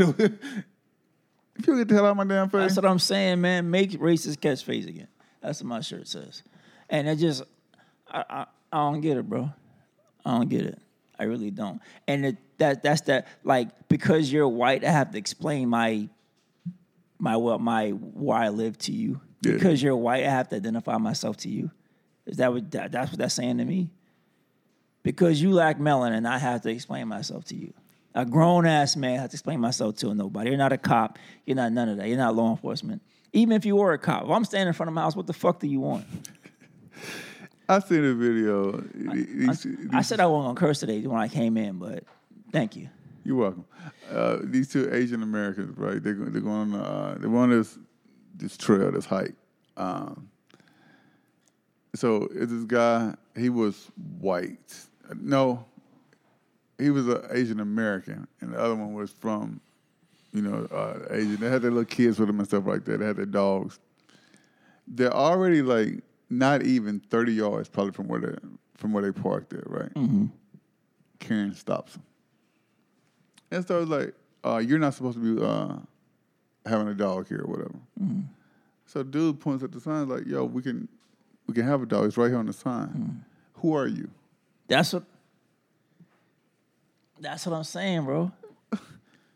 if you get the hell out of my damn face. That's what I'm saying, man. Make racist catch phase again. That's what my shirt says. And it just, I, I, I don't get it, bro. I don't get it. I really don't. And it, that that's that like because you're white, I have to explain my my well my why I live to you. Yeah. Because you're white, I have to identify myself to you. Is that what that, that's what that's saying to me? Because you lack melanin, I have to explain myself to you. A grown ass man has to explain myself to a nobody. You're not a cop. You're not none of that. You're not law enforcement. Even if you were a cop, if I'm standing in front of my house, what the fuck do you want? I seen the video. These- I these- said I wasn't gonna curse today when I came in, but thank you. You're welcome. Uh, these two Asian Americans, right? They're go- they're going on uh, they're on this this trail, this hike, um, so it's this guy. He was white. No, he was an Asian American, and the other one was from, you know, uh, Asian. They had their little kids with them and stuff like that. They had their dogs. They're already like not even thirty yards, probably from where they from where they parked at, right? Karen stops him, and so I was like, uh, "You're not supposed to be uh, having a dog here, or whatever." Mm. So dude points at the sign like, "Yo, we can, we can have a dog. It's right here on the sign. Mm. Who are you?" That's what. That's what I'm saying, bro.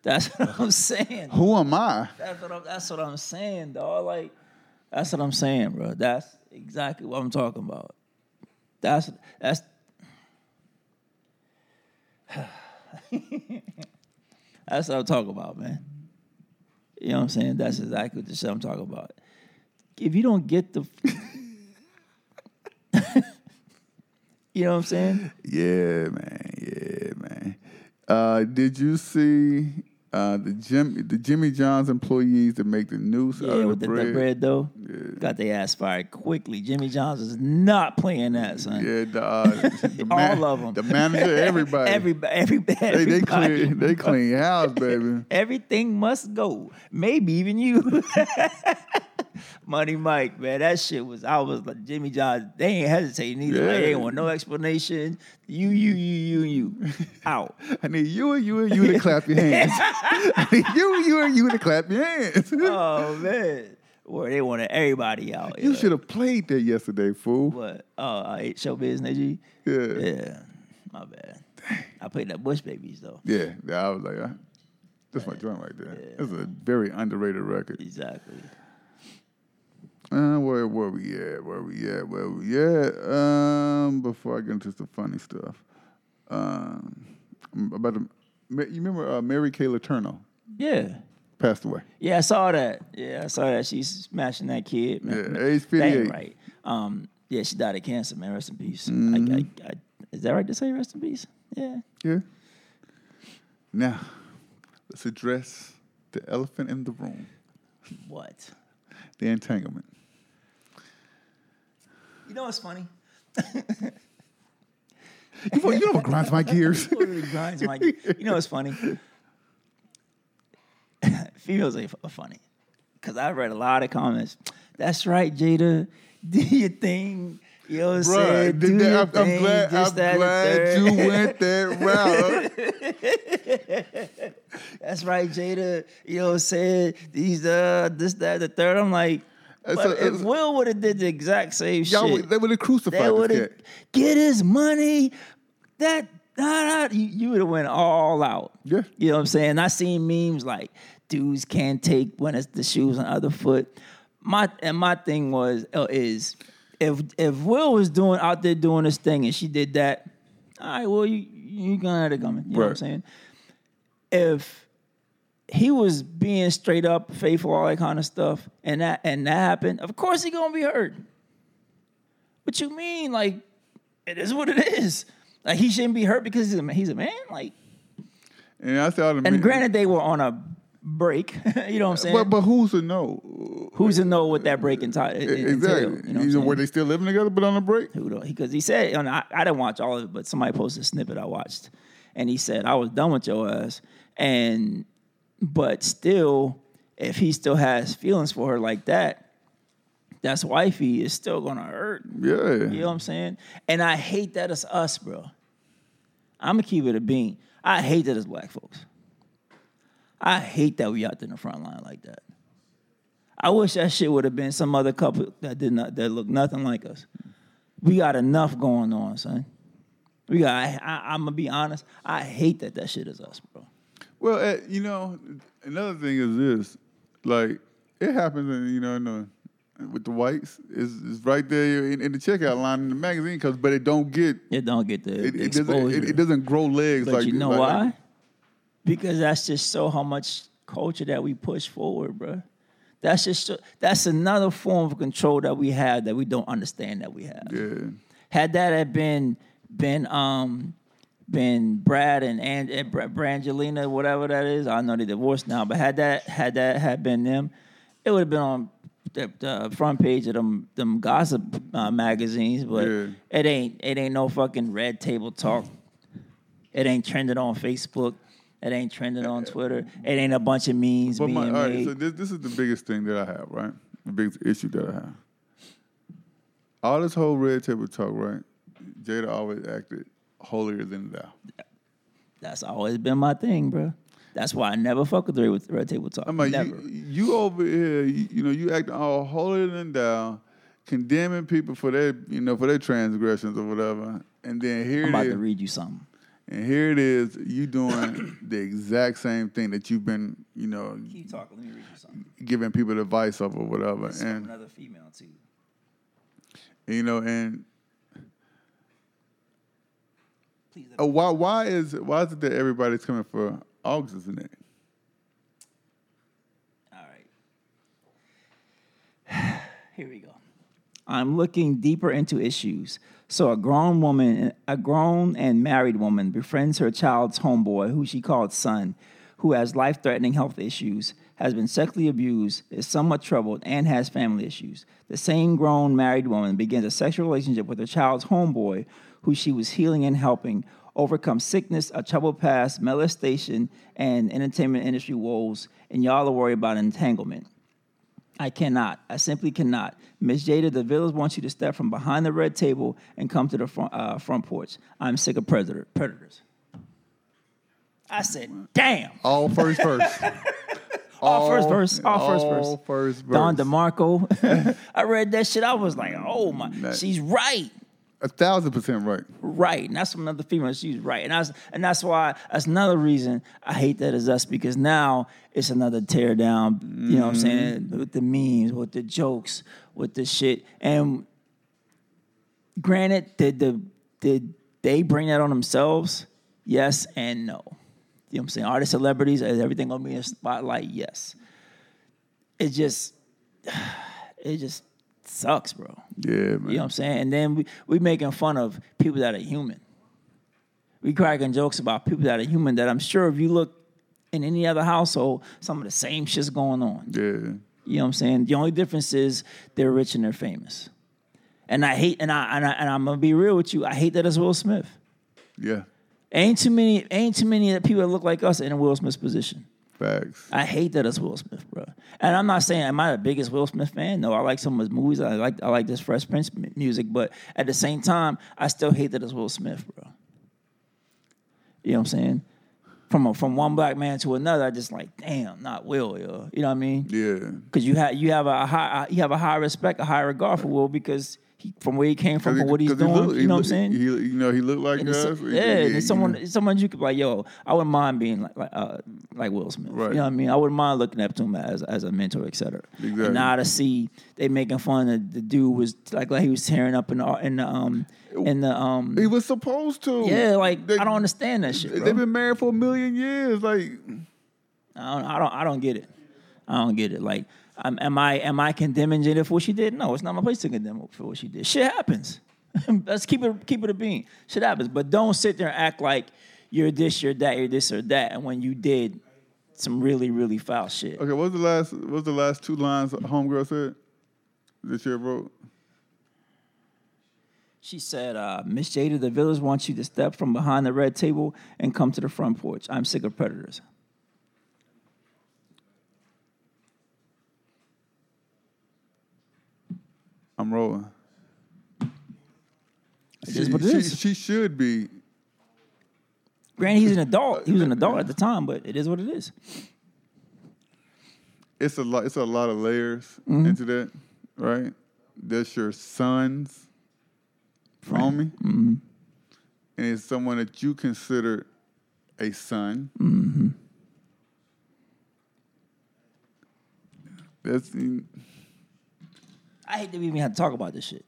That's what I'm saying. Who am I? That's what I'm, that's what I'm saying, dog. Like, that's what I'm saying, bro. That's exactly what I'm talking about. That's that's. [SIGHS] that's what I'm talking about, man. You know what I'm saying? That's exactly the shit I'm talking about. If you don't get the, [LAUGHS] you know what I'm saying? Yeah, man. Yeah, man. Uh, did you see uh, the Jim the Jimmy John's employees that make the noose out Yeah, of with the the, bread? the bread though, got their ass fired quickly. Jimmy John's is not playing that, son. Yeah, the, [LAUGHS] uh, the man- All of them. the manager, [LAUGHS] everybody. Every, every, they, they everybody, clean, they bro. clean house, [LAUGHS] baby. Everything must go. Maybe even you. [LAUGHS] Money Mike, man, that shit was. I was like Jimmy John's. They ain't hesitating either. Like, they Yeah. ain't want no explanation. You, you, you, you, you, [LAUGHS] out. [LAUGHS] I need you and you and you to clap your hands. I need you and you and you to clap your hands. Oh man, where they wanted everybody out. you yeah. should have played that yesterday, fool. What? Oh, I ate showbiz, Nigga. Yeah. Yeah, my bad. I played that Bush Babies though. Yeah, yeah, I was like, I, that's my joint right there. That's a very underrated record. Exactly. Uh, where where we at? Where we at? Where we at? Um, before I get into some funny stuff, um, I'm about to, Ma- you remember uh, Mary Kay Letourneau Yeah. passed away. Yeah, I saw that. Yeah, I saw that. She's smashing that kid. Man. Yeah, age That ain't 58. right. Um, yeah, she died of cancer, man. Rest in peace. Mm-hmm. I, I, I, is that right to say rest in peace? Yeah. Yeah. Now, let's address the elephant in the room: What? the entanglement. You know what's funny? You know, you know what grinds my gears? It really grinds my. You know what's funny? [LAUGHS] Females ain't fu- funny, cause I read a lot of comments. That's right, Jada. Do your thing. You know what I'm saying? [LAUGHS] Bruh, th- Do th- your I'm, I'm thing, glad, this, I'm that, and the glad third. you went that [LAUGHS] route. That's right, Jada. You know, said these, uh, this, that, the third. I'm like, It's but a- if it's- Will would have did the exact same Uh, Y'all, would- shit, they would have they crucified would this have cat. get his money. That da, da, you, you would have went all out. Yeah. you know what I'm saying. I seen memes like dudes can't take when it's the shoes on the other foot. My and my thing was uh, is if if Will was doing out there doing this thing and she did that, all right, well you you gonna have it coming. You know what I'm Right. saying? If he was being straight up faithful, all that kind of stuff, and that and that happened. Of course, he gonna be hurt. What you mean? Like, it is what it is. Like he shouldn't be hurt because he's a, he's a man. Like, And I said, and granted, they were on a break. [LAUGHS] you know what I'm saying? but, but who's to know? Who's to know what that break enti- E- entailed? Exactly. You know what Either I'm were saying? they still living together, but on a break? who don't because he said and I, I didn't watch all of it, but somebody posted a snippet I watched, and he said I was done with your ass, and but still, if he still has feelings for her like that, that's wifey is still gonna hurt. Yeah. You know what I'm saying? And I hate that it's us, bro. I'm gonna keep it a bean. I hate that it's black folks. I hate that we out there in the front line like that. I wish that shit would have been some other couple that did not that looked nothing like us. We got enough going on, son. We got. I, I, I'm gonna be honest. I hate that that shit is us, bro. Well, eh, you know, another thing is this: like it happens, in, you know, in the, with the whites, is is right there in, in the checkout line in the magazine, cause but it don't get It don't get the it, it doesn't exposure. it, it doesn't grow legs But like you know like- why? like- because that's just so how much culture that we push forward, bro. That's just so- that's another form of control that we have that we don't understand that we have. yeah. Had that had been been um been Brad and and, and Bra- Brangelina, whatever that is, I know they divorced now, but had that had that had been them, it would have been on the, the front page of them them gossip uh, magazines, but Yeah. it ain't it ain't no fucking red table talk. It ain't trending on Facebook. It ain't trending on Twitter. It ain't a bunch of memes But being my, all right, made. so this, this is the biggest thing that I have, right? The biggest issue that I have. All this whole red table talk, right? Jada always acted holier than thou. That's always been my thing, bro. That's why I never fuck with red, with red table talk. I'm like, never. you, you over here, you, you know, you acting all holier than thou, condemning people for their, you know, for their transgressions or whatever. And then here I'm it about is- to read you something. and here it is, you doing the exact same thing that you've been, you know, Keep talking. Let me read you something. giving people advice of or whatever. And another female too. you know, and Please let uh, why why is why is it that everybody's coming for August's neck? All right. [SIGHS] Here we go. I'm looking deeper into issues. So a grown woman, a grown and married woman befriends her child's homeboy, who she called son, who has life-threatening health issues, has been sexually abused, is somewhat troubled, and has family issues. The same grown married woman begins a sexual relationship with her child's homeboy, who she was healing and helping, overcome sickness, a troubled past, molestation, and entertainment industry woes, and y'all are worried about entanglement. I cannot. I simply cannot. Miss Jada, the village wants you to step from behind the red table and come to the front, uh, front porch. I'm sick of predator, predators. I said, damn. All first [LAUGHS] verse. All first verse. All first verse. All first verse. Don DeMarco. [LAUGHS] I read that shit. I was like, oh my. She's right. A thousand percent right. Right. And that's from another female. She's right. And that's and that's why that's another reason I hate that is us because now it's another tear down, you know what I'm saying? With the memes, with the jokes, with the shit. And granted, did the did they bring that on themselves? Yes and no. You know what I'm saying? Are the celebrities, is everything gonna be in the spotlight? Yes. It just [SIGHS] it just sucks, bro. Yeah, man. You know what I'm saying? And then we, we making fun of people that are human. We cracking jokes about people that are human that I'm sure if you look in any other household, some of the same shit's going on. Yeah. You know what I'm saying? The only difference is they're rich and they're famous. And I hate and I and, I, and I'm gonna be real with you, I hate that it's Will Smith. Yeah. Ain't too many ain't too many people that look like us in Will Smith's position. Facts. I hate that it's Will Smith, bro. And I'm not saying am I the biggest Will Smith fan? No, I like some of his movies. I like I like this Fresh Prince m- music, but at the same time, I still hate that it's Will Smith, bro. You know what I'm saying? From a, from one black man to another, I just like, damn, not Will, yo. You know what I mean? Yeah. Because you have you have a high you have a high respect, a high regard for Will because he, from where he came from, Because from what he's doing. you know what I'm saying? He, you know, he looked like And it's- us. yeah, and it's someone, You it's someone you could be like, yo, I wouldn't mind being like, like, uh, like Will Smith. Right. You know what I mean? I wouldn't mind looking up to him as, as a mentor, et cetera. Exactly. And now to see they making fun that the dude was like, like he was tearing up in the, in the, um, in the, um, know, he was supposed to. yeah, like They- I don't understand that shit. bro. They've been married for a million years. Like, I don't, I don't, I don't get it. I don't get it. Like, I'm, am I, am I condemning Jada for what she did? No, it's not my place to condemn her for what she did. Shit happens. [LAUGHS] Let's keep it, keep it a being. Shit happens. But don't sit there and act like you're this, you're that, you're this or that, and when you did some really, really foul shit. okay, what's the last? What's the last two lines Homegirl said that you wrote? She said, uh, "Miss Jada, the village wants you to step from behind the red table and come to the front porch. I'm sick of predators." I'm rolling. It is what it she, is. she should be. Granted, he's an adult. He was an adult at the time, but it is what it is. It's a lot. It's a lot of layers into that, right? That's your son's homie, and it's someone that you consider a son. That's I hate that we even had to talk about this shit.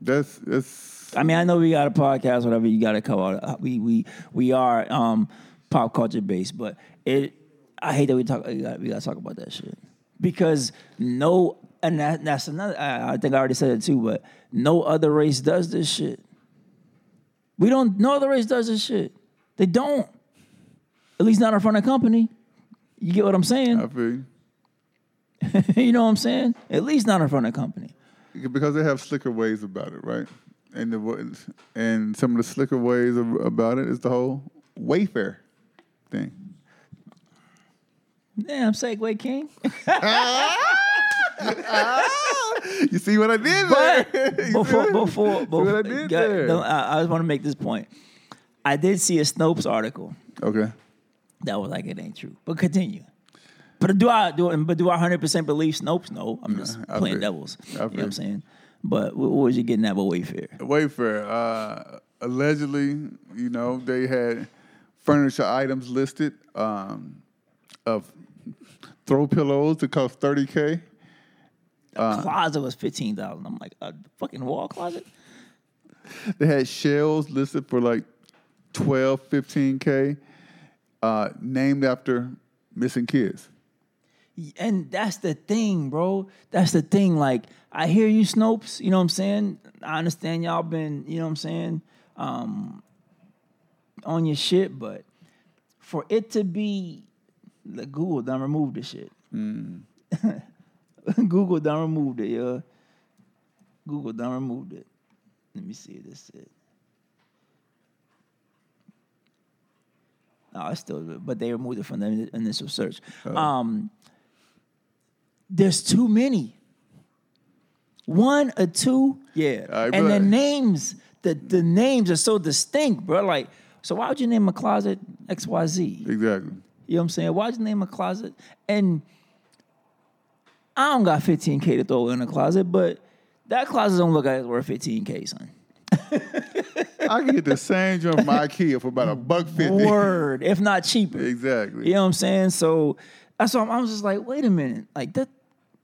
that's that's I mean, I know we got a podcast, whatever you got to cover. Uh, We we we are um, pop culture based, but it. I hate that we talk. We got to talk about that shit because no, and that, that's another. I, I think I already said it too, but no other race does this shit. We don't. No other race does this shit. They don't. At least not in front of company. You get what I'm saying? I feel. you. [LAUGHS] you know what I'm saying? At least not in front of company. because they have slicker ways about it, right? And the wa- and some of the slicker ways ab- about it is the whole Wayfair thing. [LAUGHS] Damn, Segway King. You see what I did [LAUGHS] there? But before, before, before, what I did God, there? don't- I, I just want to make this point. I did see a Snopes article Okay. that was like it ain't true, but continue. But do I do? But do I hundred percent believe Snopes? No, I'm just I playing feel- devils. I You know what feel. I'm saying? But what, what was you getting at with Wayfair? Wayfair. Uh, allegedly, you know, they had furniture items listed um, of throw pillows that cost thirty k. The Uh, closet was fifteen thousand. I'm like a fucking wall closet. They had shells listed for like 12, 15 k, uh, named after missing kids. And that's the thing, bro. That's the thing. Like, I hear you, Snopes. You know what I'm saying? I understand y'all been, you know what I'm saying, um, on your shit, but for it to be like Google done removed the shit. Mm. [LAUGHS] Google done removed it, yeah. Google done removed it. Let me see this it. No, it's still but they removed it from the ini- initial search. Oh. Um there's too many. One or two, yeah. I and the bet. names, the, the names are so distinct, bro. Like, so why would you name a closet XYZ? Exactly. You know what I'm saying? Why'd you name a closet? And I don't got 15K to throw in a closet, but that closet don't look like it's worth [LAUGHS] 15K, son. I can get the same joint from IKEA for about a buck fifty. Word, if not [LAUGHS] cheaper. Exactly. You know what I'm saying? So that's why I'm, I was just like, wait a minute. Like that,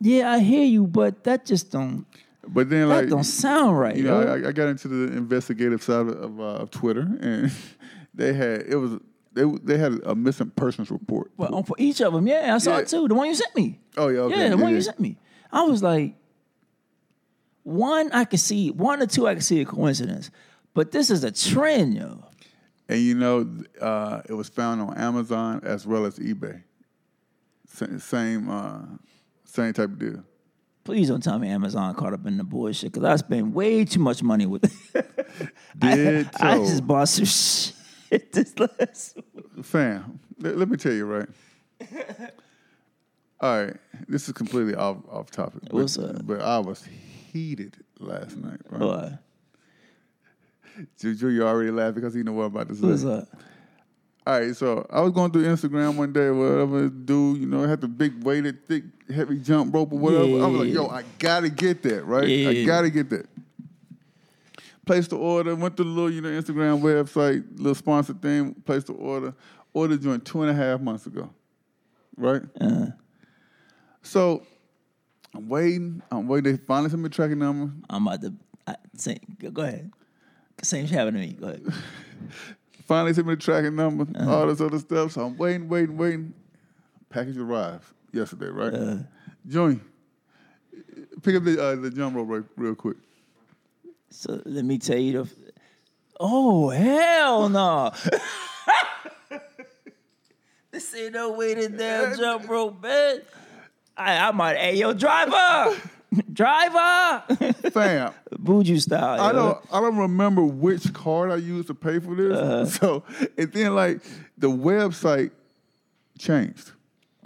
yeah, I hear you, but that just don't, But then, that like, don't sound right. you know, yo. I, I got into the investigative side of, uh, of Twitter, and [LAUGHS] they had it was they they had a missing persons report. But on- for each of them, yeah, I saw Yeah. it too. The one you sent me. Oh, yeah, okay, yeah, the yeah, one yeah. you sent me. I was like, one I could see, one or two I could see a coincidence, but this is a trend, yo. And you know, uh, it was found on Amazon as well as eBay. Same same, uh, same type of deal. Please don't tell me Amazon caught up in the bullshit because I spent way too much money with. Did [LAUGHS] [LAUGHS] I so. just bought some shit [LAUGHS] this last. Fam, let, let me tell you, right? All right, this is completely off off topic. but- What's up? But I was heated last night, bro. Boy, Juju, you already laughed because you know what I'm about to say. what's up? All right, so I was going through Instagram one day, whatever dude, you know, had the big weighted, thick, heavy jump rope or whatever. I was like, yo, I gotta get that, right? I Yeah. gotta get that. Placed the order, went to the little, you know, Instagram website, little sponsor thing, placed the order. Order joined two and a half months ago, right? So I'm waiting, I'm waiting. They finally sent me a tracking number. I'm about to I, say, go, go ahead. Same shit happened to me. Go ahead. Finally sent me the tracking number, all this other stuff. So I'm waiting, waiting, waiting. Package arrived yesterday, right? Join. Pick up the uh, the drum roll right, real quick. So let me tell you the. Oh hell no! [LAUGHS] this ain't no way [LAUGHS] to damn jump rope, man. I, I might, hey yo, driver, [LAUGHS] driver, [LAUGHS] Fam, Buju style. I yo. don't I don't remember which card I used to pay for this. [LAUGHS] So and then like the website changed.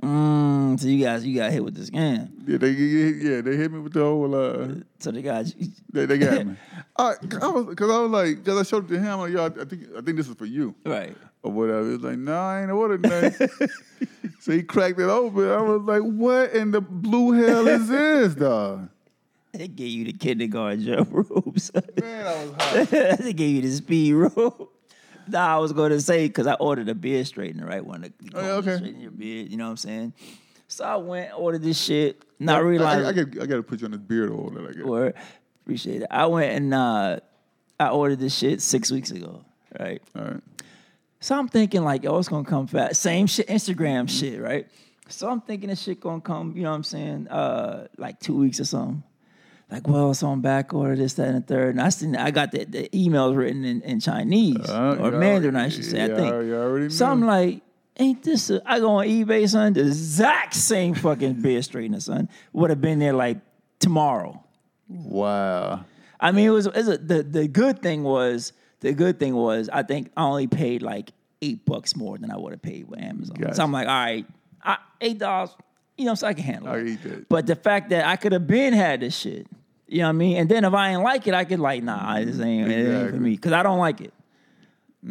Mm, so you guys, you got hit with this scam. Yeah, they yeah they hit me with the whole uh, So they got you. they, they got me. I, I was because I was like because I showed it to him like yo I think I think this is for you. right. or whatever. It's like, no, I ain't ordered [LAUGHS] nothing. so he cracked it open. I was like, what in the blue hell is this, dog? They gave you the kindergarten jump [LAUGHS] ropes. Man, I [LAUGHS] was hot. they gave you the speed rope. [LAUGHS] Nah, I was going to say because I ordered a beard straightener, right? One of the Oh, yeah, okay. straighten your beard. You know what I'm saying? So I went ordered this shit. Not I, realizing I, I, gotta, I gotta put you on this beard oil that I got. Word. Appreciate it. I went and uh, I ordered this shit six weeks ago, right? All right. So I'm thinking like, yo, it's gonna come fast. Same shit, Mm-hmm. Instagram shit, right? So I'm thinking this shit gonna come, you know what I'm saying, uh, like two weeks or something. Like, well, it's on back order, this, that, and the third. And I seen I got the, the emails written in, in Chinese Uh, or yeah, Mandarin, I should say, I yeah, think. you already so I'm knew. like, Ain't this? A, I go on eBay, son. The exact [LAUGHS] same fucking beer straightener, son. Would have been there like tomorrow. Wow. I mean, it was, it was a, the the good thing was the good thing was I think I only paid like eight bucks more than I would have paid with Amazon. Gotcha. So I'm like, all right, I, eight dollars, you know, so I can handle I it. eat that. But the fact that I could have been had this shit, you know what I mean? And then if I ain't like it, I could like, nah, this ain't, it ain't for Exactly. Mm. me because I don't like it.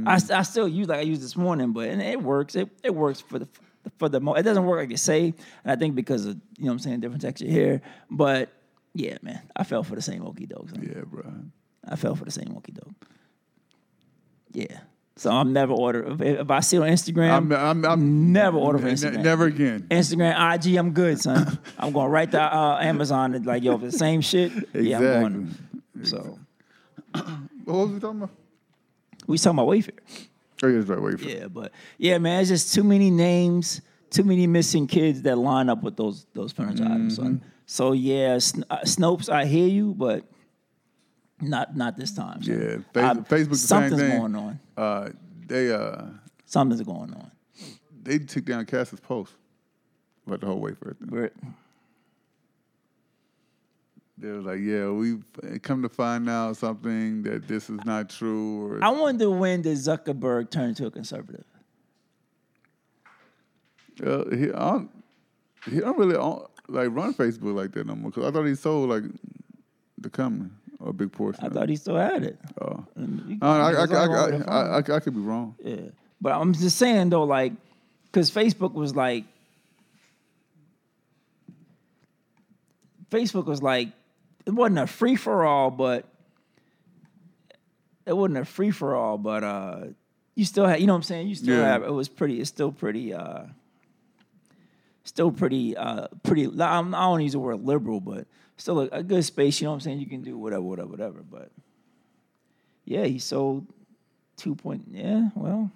I, st- I still use like I used this morning, but and it works. It it works for the for the mo. It doesn't work like they say, and I think because of you know what I'm saying different texture here. But yeah, man, I fell for the same okie doke. son. Yeah, bro. I fell for the same okie doke. Yeah. So I'm never order if, if I see it on Instagram. I'm, I'm, I'm never order n- from n- Instagram. Never again. Instagram, IG, I'm good, son. I'm going right to uh, Amazon and like, yo, if it's the same shit, yeah, I'm going. So What was we talking about? we talking about Wayfair. Oh, yeah, that's right. Wait for Yeah, but yeah, man, it's just too many names, too many missing kids that line up with those those furniture items, Mm-hmm. son. So yeah, Sn- uh, Snopes, I hear you, but not not this time. son. Yeah, Face- I- Facebook the same Uh, something's thing. going on. Uh, they uh, Something's going on. they took down Cass's post about the whole Wayfair thing. We're- They was like, "Yeah, we come to find out something that this is not true." Or I wonder when did Zuckerberg turn to a conservative? Uh, he, I don't, he don't really on, like run Facebook like that no more. Cause I thought he sold like the company or a big portion. I of thought he still had it. it. Oh. You- I, I, I, there's nothing I, wrong with the I, I, I could be wrong. Yeah. But I'm just saying though, like, because Facebook was like, Facebook was like, it wasn't a free for all, but it wasn't a free for all, but uh, you still had, you know what I'm saying? You still Yeah. have, it was pretty, it's still pretty, uh, still pretty, uh, pretty, I'm, I don't use the word liberal, but still a, a good space, you know what I'm saying? You can do whatever, whatever, whatever. But yeah, he sold two point. Yeah, well,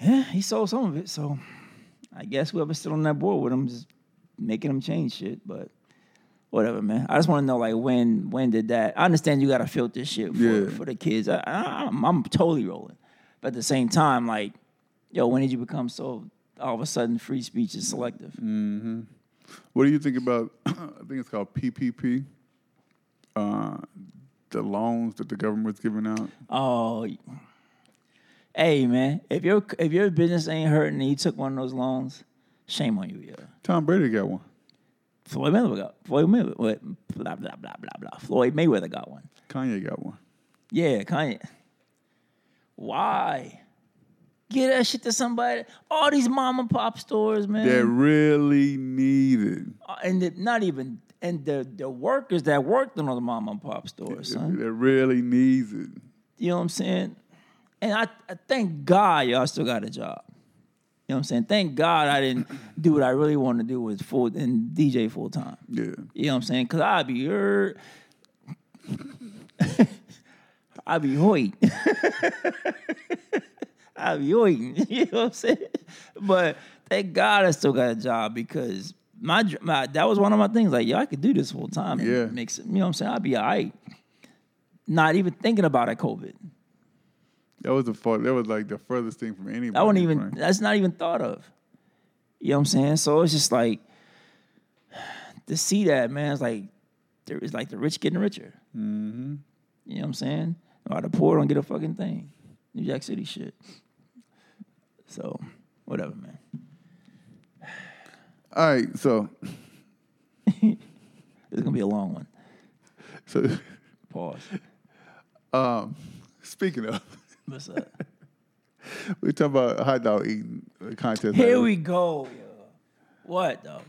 yeah, he sold some of it. So I guess whoever's still on that board with him is making him change shit. But whatever, man. I just want to know like when when did that? I understand you got to filter shit for, Yeah. for the kids. I, I, I'm, I'm totally rolling, but at the same time, like, yo, when did you become so all of a sudden free speech is selective? What do you think about? [CLEARS THROAT] I think it's called PPP. Uh, the loans that the government's giving out. Oh, hey man, if your if your business ain't hurting and you took one of those loans, shame on you, yeah. Tom Brady got one. Floyd Mayweather got Floyd Mayweather blah blah blah blah blah. Floyd Mayweather got one. Kanye got one. Yeah, Kanye. Why? Get that shit to somebody. All these mom and pop stores, man. That really needed. Uh, and the, not even and the the workers that worked in those mom and pop stores, son. That really needs it. You know what I'm saying? And I, I thank God y'all still got a job. You know what I'm saying? Thank God I didn't do what I really wanted to do was full and DJ full time. Yeah. You know what I'm saying? Cause I'd be [LAUGHS] er, I'd be [LAUGHS] hoyt. I'd be hoyting. [LAUGHS] You know what I'm saying? But thank God I still got a job because my, dr- my that was one of my things. Like, yo, I could do this full time. and Yeah. Mix it. You know what I'm saying? I'd be all right. Not even thinking about it, COVID. That was the far, That was like the furthest thing from anybody. I wouldn't even Frank. that's not even thought of. You know what I'm saying? So it's just like [SIGHS] to see that, man, it's like there is like the rich getting richer. Mm-hmm. You know what I'm saying? While the poor don't get a fucking thing. New Jack City shit. So whatever, man. All right. So, This is gonna be a long one. so [LAUGHS] Pause. speaking of, What's up? we talking about hot dog eating uh, contest. [LAUGHS] Here later. we go. yo. What though?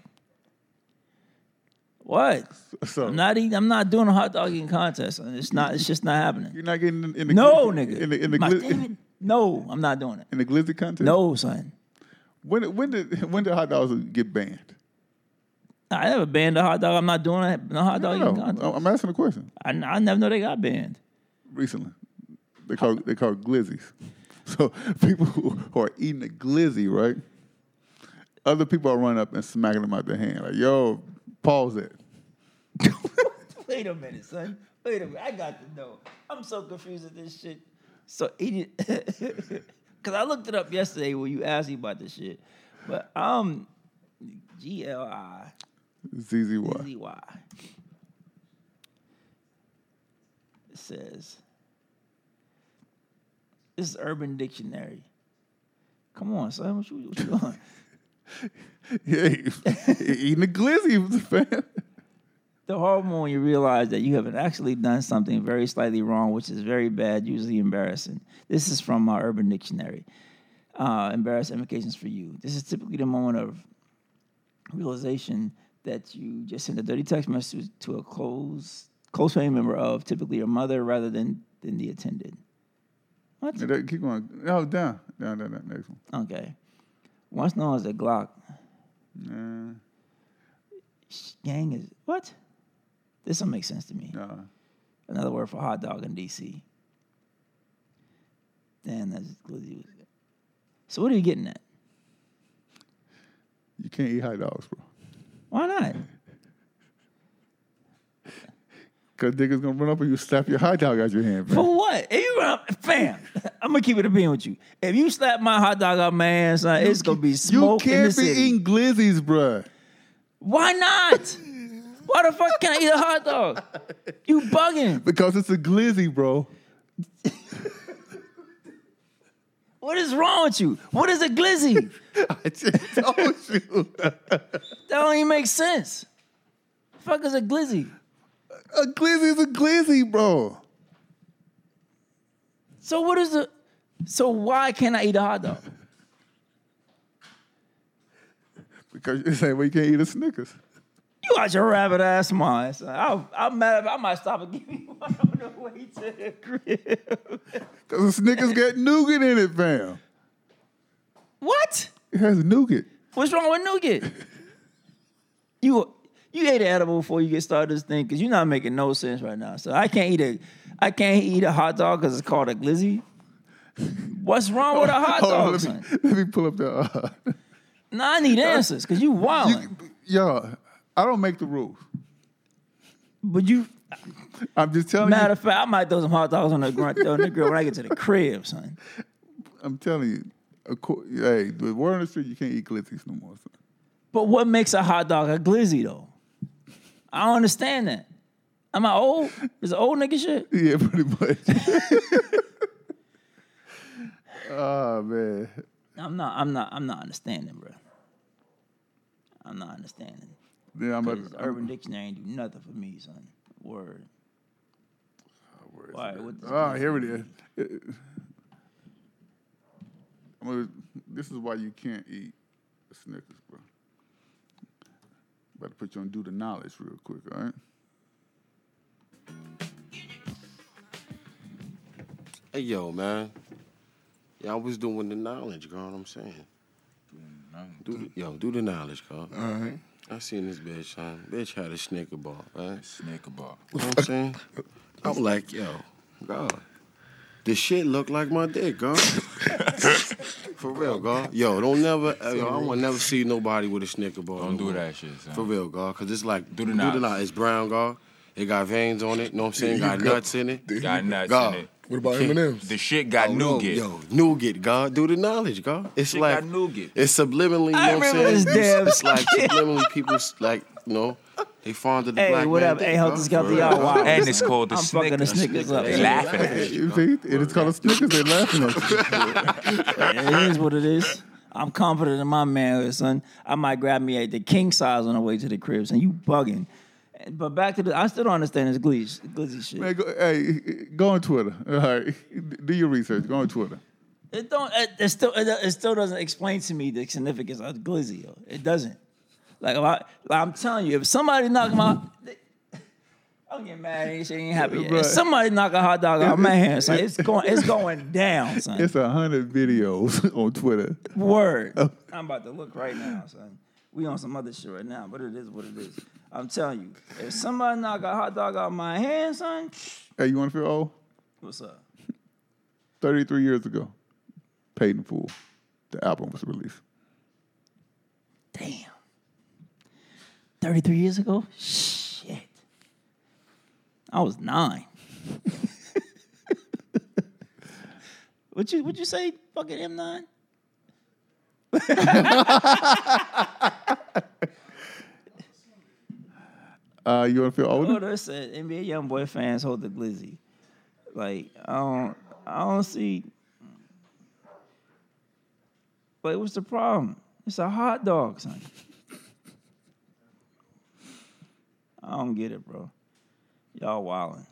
What? So I'm not eating, I'm not doing a hot dog eating contest. It's not. It's just not happening. you're not getting in, in the No, gli- nigga. in the in the, My- gli- damn it. No, I'm not doing it. in the glizzy contest. No, son. When when did when did hot dogs get banned? I never banned a hot dog. I'm not doing a no hot dog. No, Oh. eating no, contest. I'm asking a question. I, I never know they got banned. Recently, they call they call glizzies. [LAUGHS] So people who who are eating a glizzy, right? Other people are running up and smacking them out their hand. Like, yo, pause it. [LAUGHS] [LAUGHS] Wait a minute, son. [LAUGHS] Wait a minute. I got to know. I'm so confused at this shit. So eat it. because I looked it up yesterday when you asked me about this shit. But um, G L I ZZY. Z Y. It says, "This is Urban Dictionary." Come on, son, what you what you doing? Yeah, eating the glizzy, [LAUGHS] fam. the horrible when you realize that you have actually done something very slightly wrong, which is very bad, usually embarrassing. This is from uh, Urban Dictionary. Uh, embarrassing implications for you. This is typically the moment of realization that you just sent a dirty text message to a close close family member of, typically your mother, rather than than the attended. What? Yeah, that- Keep going. No, down, down, down, down. Next one. Okay. Once known as a Glock. Gang is what? This don't make sense to me. Nah. Another word for hot dog in DC. Damn, that's glizzy. was- So what are you getting at? You can't eat hot dogs, bro. Why not? Cause niggas gonna run up and you slap your hot dog out your hand, fam. For what? If you run, fam, [LAUGHS] I'm gonna keep it a bean with you. If you slap my hot dog up my ass, son, it's gonna be You smoke in the can't be city. eating glizzies, bruh. [LAUGHS] Why not? Why the fuck can't I eat a hot dog? You bugging? Because it's a glizzy, [LAUGHS] bro. What is wrong with you? What is a glizzy? I just told you. That don't even make sense. Fuck is a glizzy? A glizzy is a glizzy, bro. So what is the? So why can't I eat a hot dog? Because it's like, well, you can't eat a Snickers. You out your rabbit ass mind. son. I'll- I'm mad. I might stop and give you one on the way to the crib. Because a Snickers [LAUGHS] got nougat in it, fam. What? It has nougat. What's wrong with nougat? you you ate an edible before you get started this thing because you're not making no sense right now. So I can't eat a I can't eat a hot dog because it's called a glizzy. What's wrong with a hot Hold on, dog? let me, son? let me pull up the. Uh, Nah, I need answers because you wilding. y'all, I don't make the rules. But you I'm just telling matter of fact, I might throw some hot dogs on the grunt on the grill when I get to the crib, son. you. I'm telling you. Of course, hey, the word on the street, you can't eat glizzies no more. Son. But what makes a hot dog a glizzy though? I don't understand that. Am I old? Is it old nigga shit? Yeah, pretty much. [LAUGHS] oh man, I'm not. I'm not. I'm not understanding, bro. I'm not understanding. then I'm This Mm-hmm. about Urban Dictionary ain't do nothing for me, son. Word. All right, what this Oh, glizzy here it is. mean? I'm gonna, this is why you can't eat Snickers, bro. About to put you on do the knowledge real quick, all right? Hey, yo, man. Yeah, I was doing the knowledge, girl. What I'm saying. Do the, yo, do the knowledge, girl. All right. I seen this bitch, huh? Bitch had a snicker bar, right? Snicker bar. You know what I'm saying? I'm like, yo, God. This shit look like my dick, girl. For real, girl. Yo, don't never, yo, I want to never see nobody with a snicker bar. Don't no do more. that shit, son. For real, girl, because it's like, Do the do knowledge. the knowledge. It's brown, girl. It got veins on it, you know what I'm saying? Got nuts in it. Got nuts God. in it. What about M&M's? The shit got no, nougat. Yo, nougat, God. Do the knowledge, God. It's Shit like got nougat. It's subliminally, you know I what I'm remember saying? this damn It's like subliminally people s- like, you know, they fond of the Hey, black what man up? dick, Hey, help God. this For guy be real, out God. wild. And it's called the I'm Snickers. fucking the Snickers up. They son. laughing at it. You see? It is called a Snickers. They laughing at you. [LAUGHS] It is what it is. I'm confident in my manhood, son. I might grab me at the king size on the way to the cribs, and you bugging. But back to the, I still don't understand this glizzy, glizzy shit. Man, go, hey, go on Twitter. All right, do your research. Go on Twitter. It don't. It, it still. It, it still doesn't explain to me the significance of glizzy. yo. It doesn't. Like, if I, like I'm telling you, if somebody knock my, I'm getting mad. Ain't shit ain't happy. Yet. Bruh. If somebody knock a hot dog out my hand, son, it's going. It's going down, son. It's a hundred videos [LAUGHS] on Twitter. Word. I'm about to look right now, son. We on some other shit right now, but it is what it is. I'm telling you, if somebody knock a hot dog out my hand, son, Hey, you want to feel old? what's up? Thirty-three years ago, Paid in Full, the album was released. Damn. 33 years ago? Shit. I was nine. Would you would you say fucking M nine? Uh, you want to feel older? Order said NBA YoungBoy fans hold the glizzy. Like I don't, I don't see. Like what's the problem? It's a hot dog, son. I don't get it, bro. Y'all wildin'.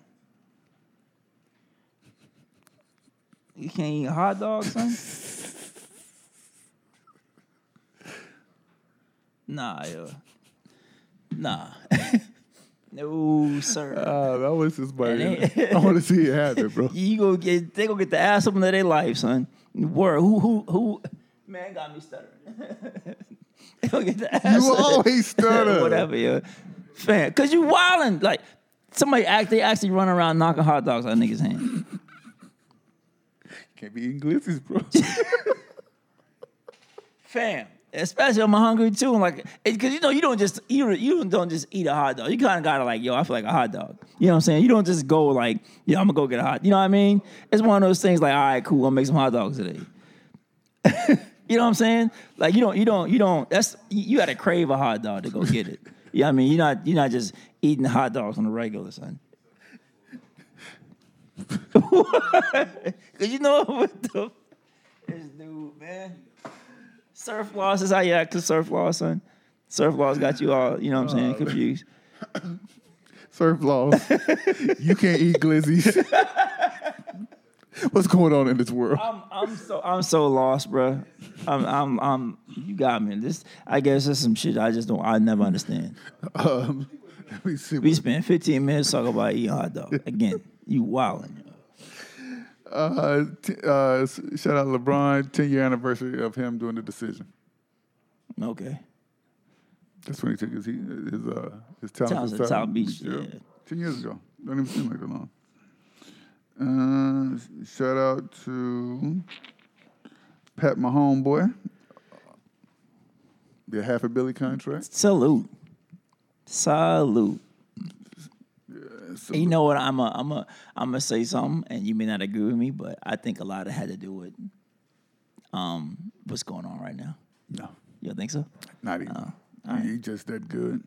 You can't eat hot dogs, son. nah, yo. Nah. [LAUGHS] no, sir. Uh, that was just my. And they- [LAUGHS] I want to see it happen, [LAUGHS] bro. You go get they gonna get the ass up into their life, son. Word. Who who who man got me stuttering. [LAUGHS] they gonna get the ass You up- [LAUGHS] always stutter. Whatever, yeah. Fan. Cause you wildin'. Like somebody act they actually run around knocking hot dogs out of niggas' hand. Can't be eating glizzies, bro. [LAUGHS] Fam. Especially I'm hungry too. I'm like it- cause you know you don't just you, you don't just eat a hot dog. You kinda gotta like, yo, I feel like a hot dog. You know what I'm saying? You don't just go like, yeah, I'm gonna go get a hot. You know what I mean? It's one of those things like, all right, cool, I'm gonna make some hot dogs today. [LAUGHS] You know what I'm saying? Like you don't, you don't, you don't. That's you, you got to crave a hot dog to go get [LAUGHS] it. you know what I mean? You're not, you're not just eating hot dogs on the regular, son. [LAUGHS] Cause you know [LAUGHS] what the this dude, man. Surf laws is how you act to surf laws, son. Surf laws got you all, you know what I'm saying, confused. Surf laws. you can't eat glizzies. [LAUGHS] What's going on in this world? I'm, I'm so, I'm so lost, bro. I'm, I'm, I'm. You got me. This, I guess, this is some shit I just don't, I never understand. Um, let me see. Uh, We spent 15 minutes talking about eating hot dog. Again, you wilding. Uh, t- uh, s- shout out LeBron, 10 year anniversary of him doing the decision. Okay. That's when he took his he, his uh his talent Towns from South, of South Beach, yeah. ten years ago. Don't even seem like that long. Uh, s- shout out to Pat, my homeboy. The half a billion contract. Salute. Salute. So You know what? I'm a, I'm a, I'm gonna say something, and you may not agree with me, but I think a lot of it had to do with um what's going on right now. no, You don't think so? not even. He just that good.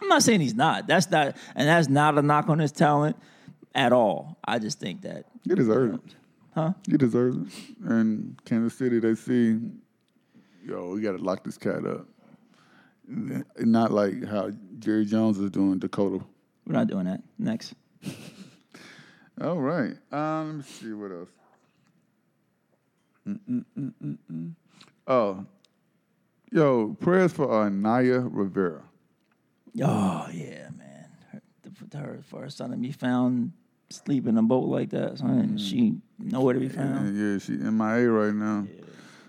I'm not saying he's not. That's not, and that's not a knock on his talent at all. I just think that You deserve it. Huh? You deserve it. And Kansas City, they see, yo, we got to lock this cat up. N- Not like how Jerry Jones is doing Dakota. we're not doing that. Next, All right. Um, let me see what else. Mm, Mm-mm-mm-mm-mm. Oh, yo, prayers for Anaya Rivera. oh yeah, man, her, the, her first son to be found sleeping in a boat like that. Son, She nowhere to be found. And yeah, she MIA right now.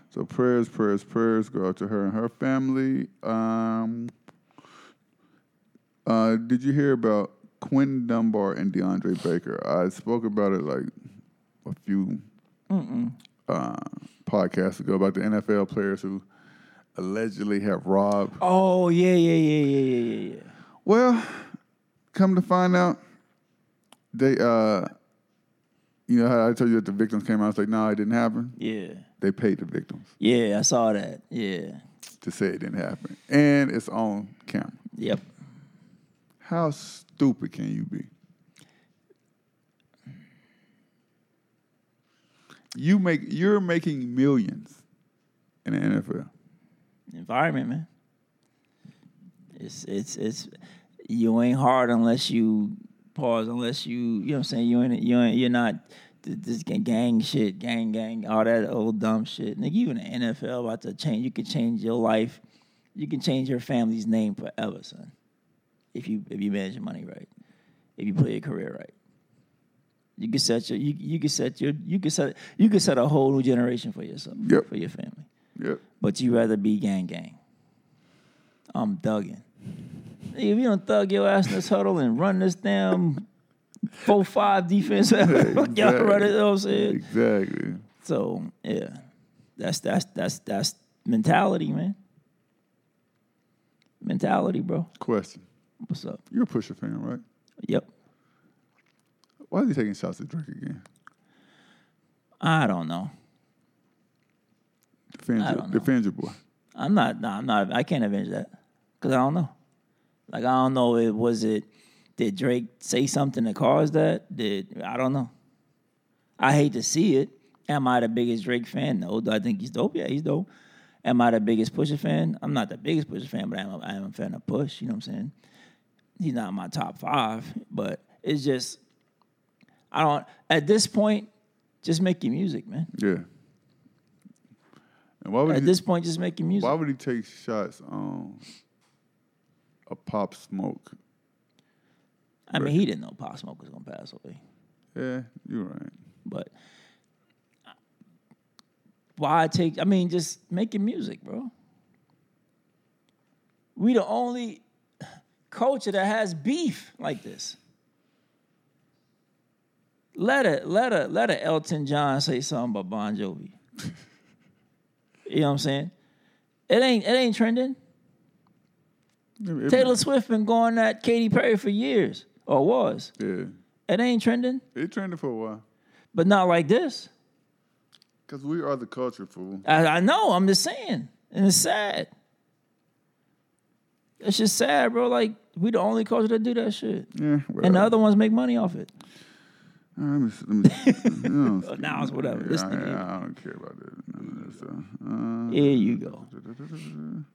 So prayers, prayers, prayers go out to her and her family. Um, uh, did you hear about Quinn Dunbar and DeAndre Baker? I spoke about it like a few uh, podcasts ago about the NFL players who allegedly have robbed. Oh yeah, yeah, yeah, yeah, yeah, yeah, yeah. Well, come to find out, they uh, you know how I told you that the victims came out. It's like, no, it didn't happen. Yeah. They paid the victims. Yeah, I saw that. Yeah. to say it didn't happen, and it's on camera. Yep. How stupid can you be? You make you're making millions in the NFL. Environment, man. It's it's it's you ain't hard unless you pause, unless you you know what I'm saying, you ain't you ain't you're not th- this ga- gang shit, gang gang, all that old dumb shit. Nigga, you in the NFL about to change you can change your life. You can change your family's name forever, son. If you if you manage your money right. If you play your career right. You can set your you, you can set your you can set you can set a whole new generation for yourself. Yep. For your family. Yep. But you rather be gang gang. I'm thugging. Nigga, If you don't thug your ass in this huddle and run this damn four five defense, [LAUGHS] y'all run it. You know what I'm saying? Exactly. So yeah, that's that's that's that's mentality, man. Mentality, bro. Question: What's up? You're a Pusher fan, right? Yep. Why is he taking shots at Drake again? I don't know. I Defend, don't your, defend your boy. I'm not. No, I'm not. I can't avenge that because I don't know. Like I don't know. It was it. Did Drake say something that caused that? Did I don't know. I hate to see it. Am I the biggest Drake fan? No. Do I think he's dope? Yeah, he's dope. Am I the biggest Pusha fan? I'm not the biggest Pusha fan, but I'm a, I'm a fan of Push. You know what I'm saying? He's not in my top five, but it's just I don't. At this point, just make your music, man. Yeah. And why would At he- this point, just make your music. Why would he take shots on a pop smoke? I mean, he didn't know Pop Smoke was gonna pass away. Yeah, you're right. But why take? I mean, just making music, bro. We the only culture that has beef like this. Let a let a let a Elton John say something about Bon Jovi. [LAUGHS] you know what I'm saying? It ain't it ain't trending. It- it- Taylor Swift been going at Katy Perry for years, or was. Yeah. It ain't trending, It trended for a while. but not like this. Because we are the culture, fool. I, I know. I'm just saying, and it's sad. It's just sad, bro. Like we the only culture that do that shit, Yeah. and uh, the other ones make money off it. All right, let me, s- let me, no, Oh, now it's whatever. Yeah, This I, nigga. I don't care about that. None of Uh, that stuff. Uh, Here you go.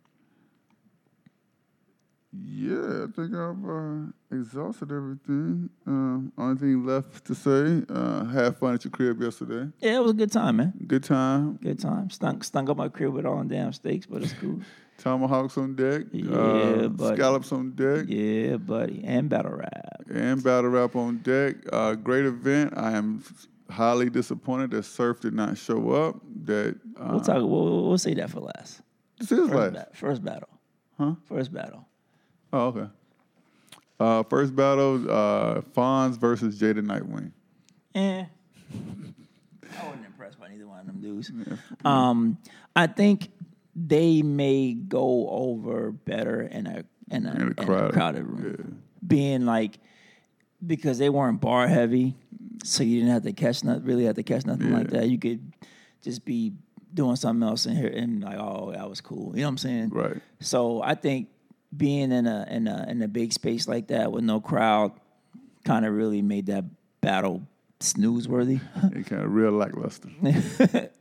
Yeah, I think I've uh, exhausted everything. Um, only thing left to say: uh, had fun at your crib yesterday. Yeah, it was a good time, man. Good time. Good time. Stunk stunk up my crib with all them damn steaks, but it's cool. Tomahawks on deck. Yeah, uh, buddy. Scallops on deck. yeah, buddy. And battle rap. And battle rap on deck. Uh, great event. I am highly disappointed that Surf did not show up. That uh, We'll talk. We'll, we'll say that for last. This is First, last. ba- first battle. Huh? First battle. Oh, okay. Uh, first battle, uh, Fonz versus Jada Nightwing. Eh. I wasn't impressed by neither one of them dudes. Um, I think they may go over better in a in a, In a in a crowd. crowded room, being like because they weren't bar heavy, so you didn't have to catch not really have to catch nothing like that. You could just be doing something else in here and like, oh, that was cool. You know what I'm saying? Right. So I think being in a in a in a big space like that with no crowd kind of really made that battle snooze worthy. It kind of real lackluster. [LAUGHS]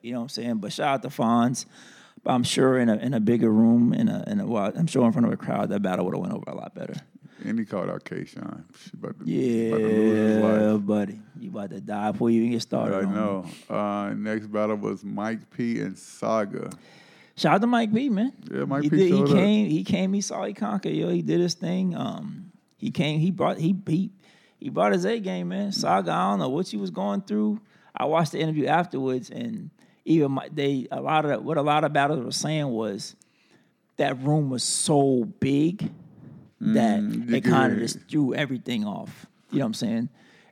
you know what I'm saying? But shout out to Fonz. But I'm sure in a in a bigger room in a in a well, I'm sure in front of a crowd that battle would have went over a lot better. And he called out K Shine. She about to, about to lose his Yeah, um, life. buddy, you about to die before you even get started. I on it. know. Uh, next battle was Mike P and Saga. Shout out to Mike P, man. Yeah, Mike he P Did, he showed up. came. He came. He saw. He conquered. Yo, he did his thing. Um, he came. He brought. He beat. He brought his A game, Mm. man. Saga. I don't know what she was going through. I watched the interview afterwards, and even my, they a lot of what a lot of battles were saying was that room was so big that you it kind could- of just threw everything off. You know what I'm saying?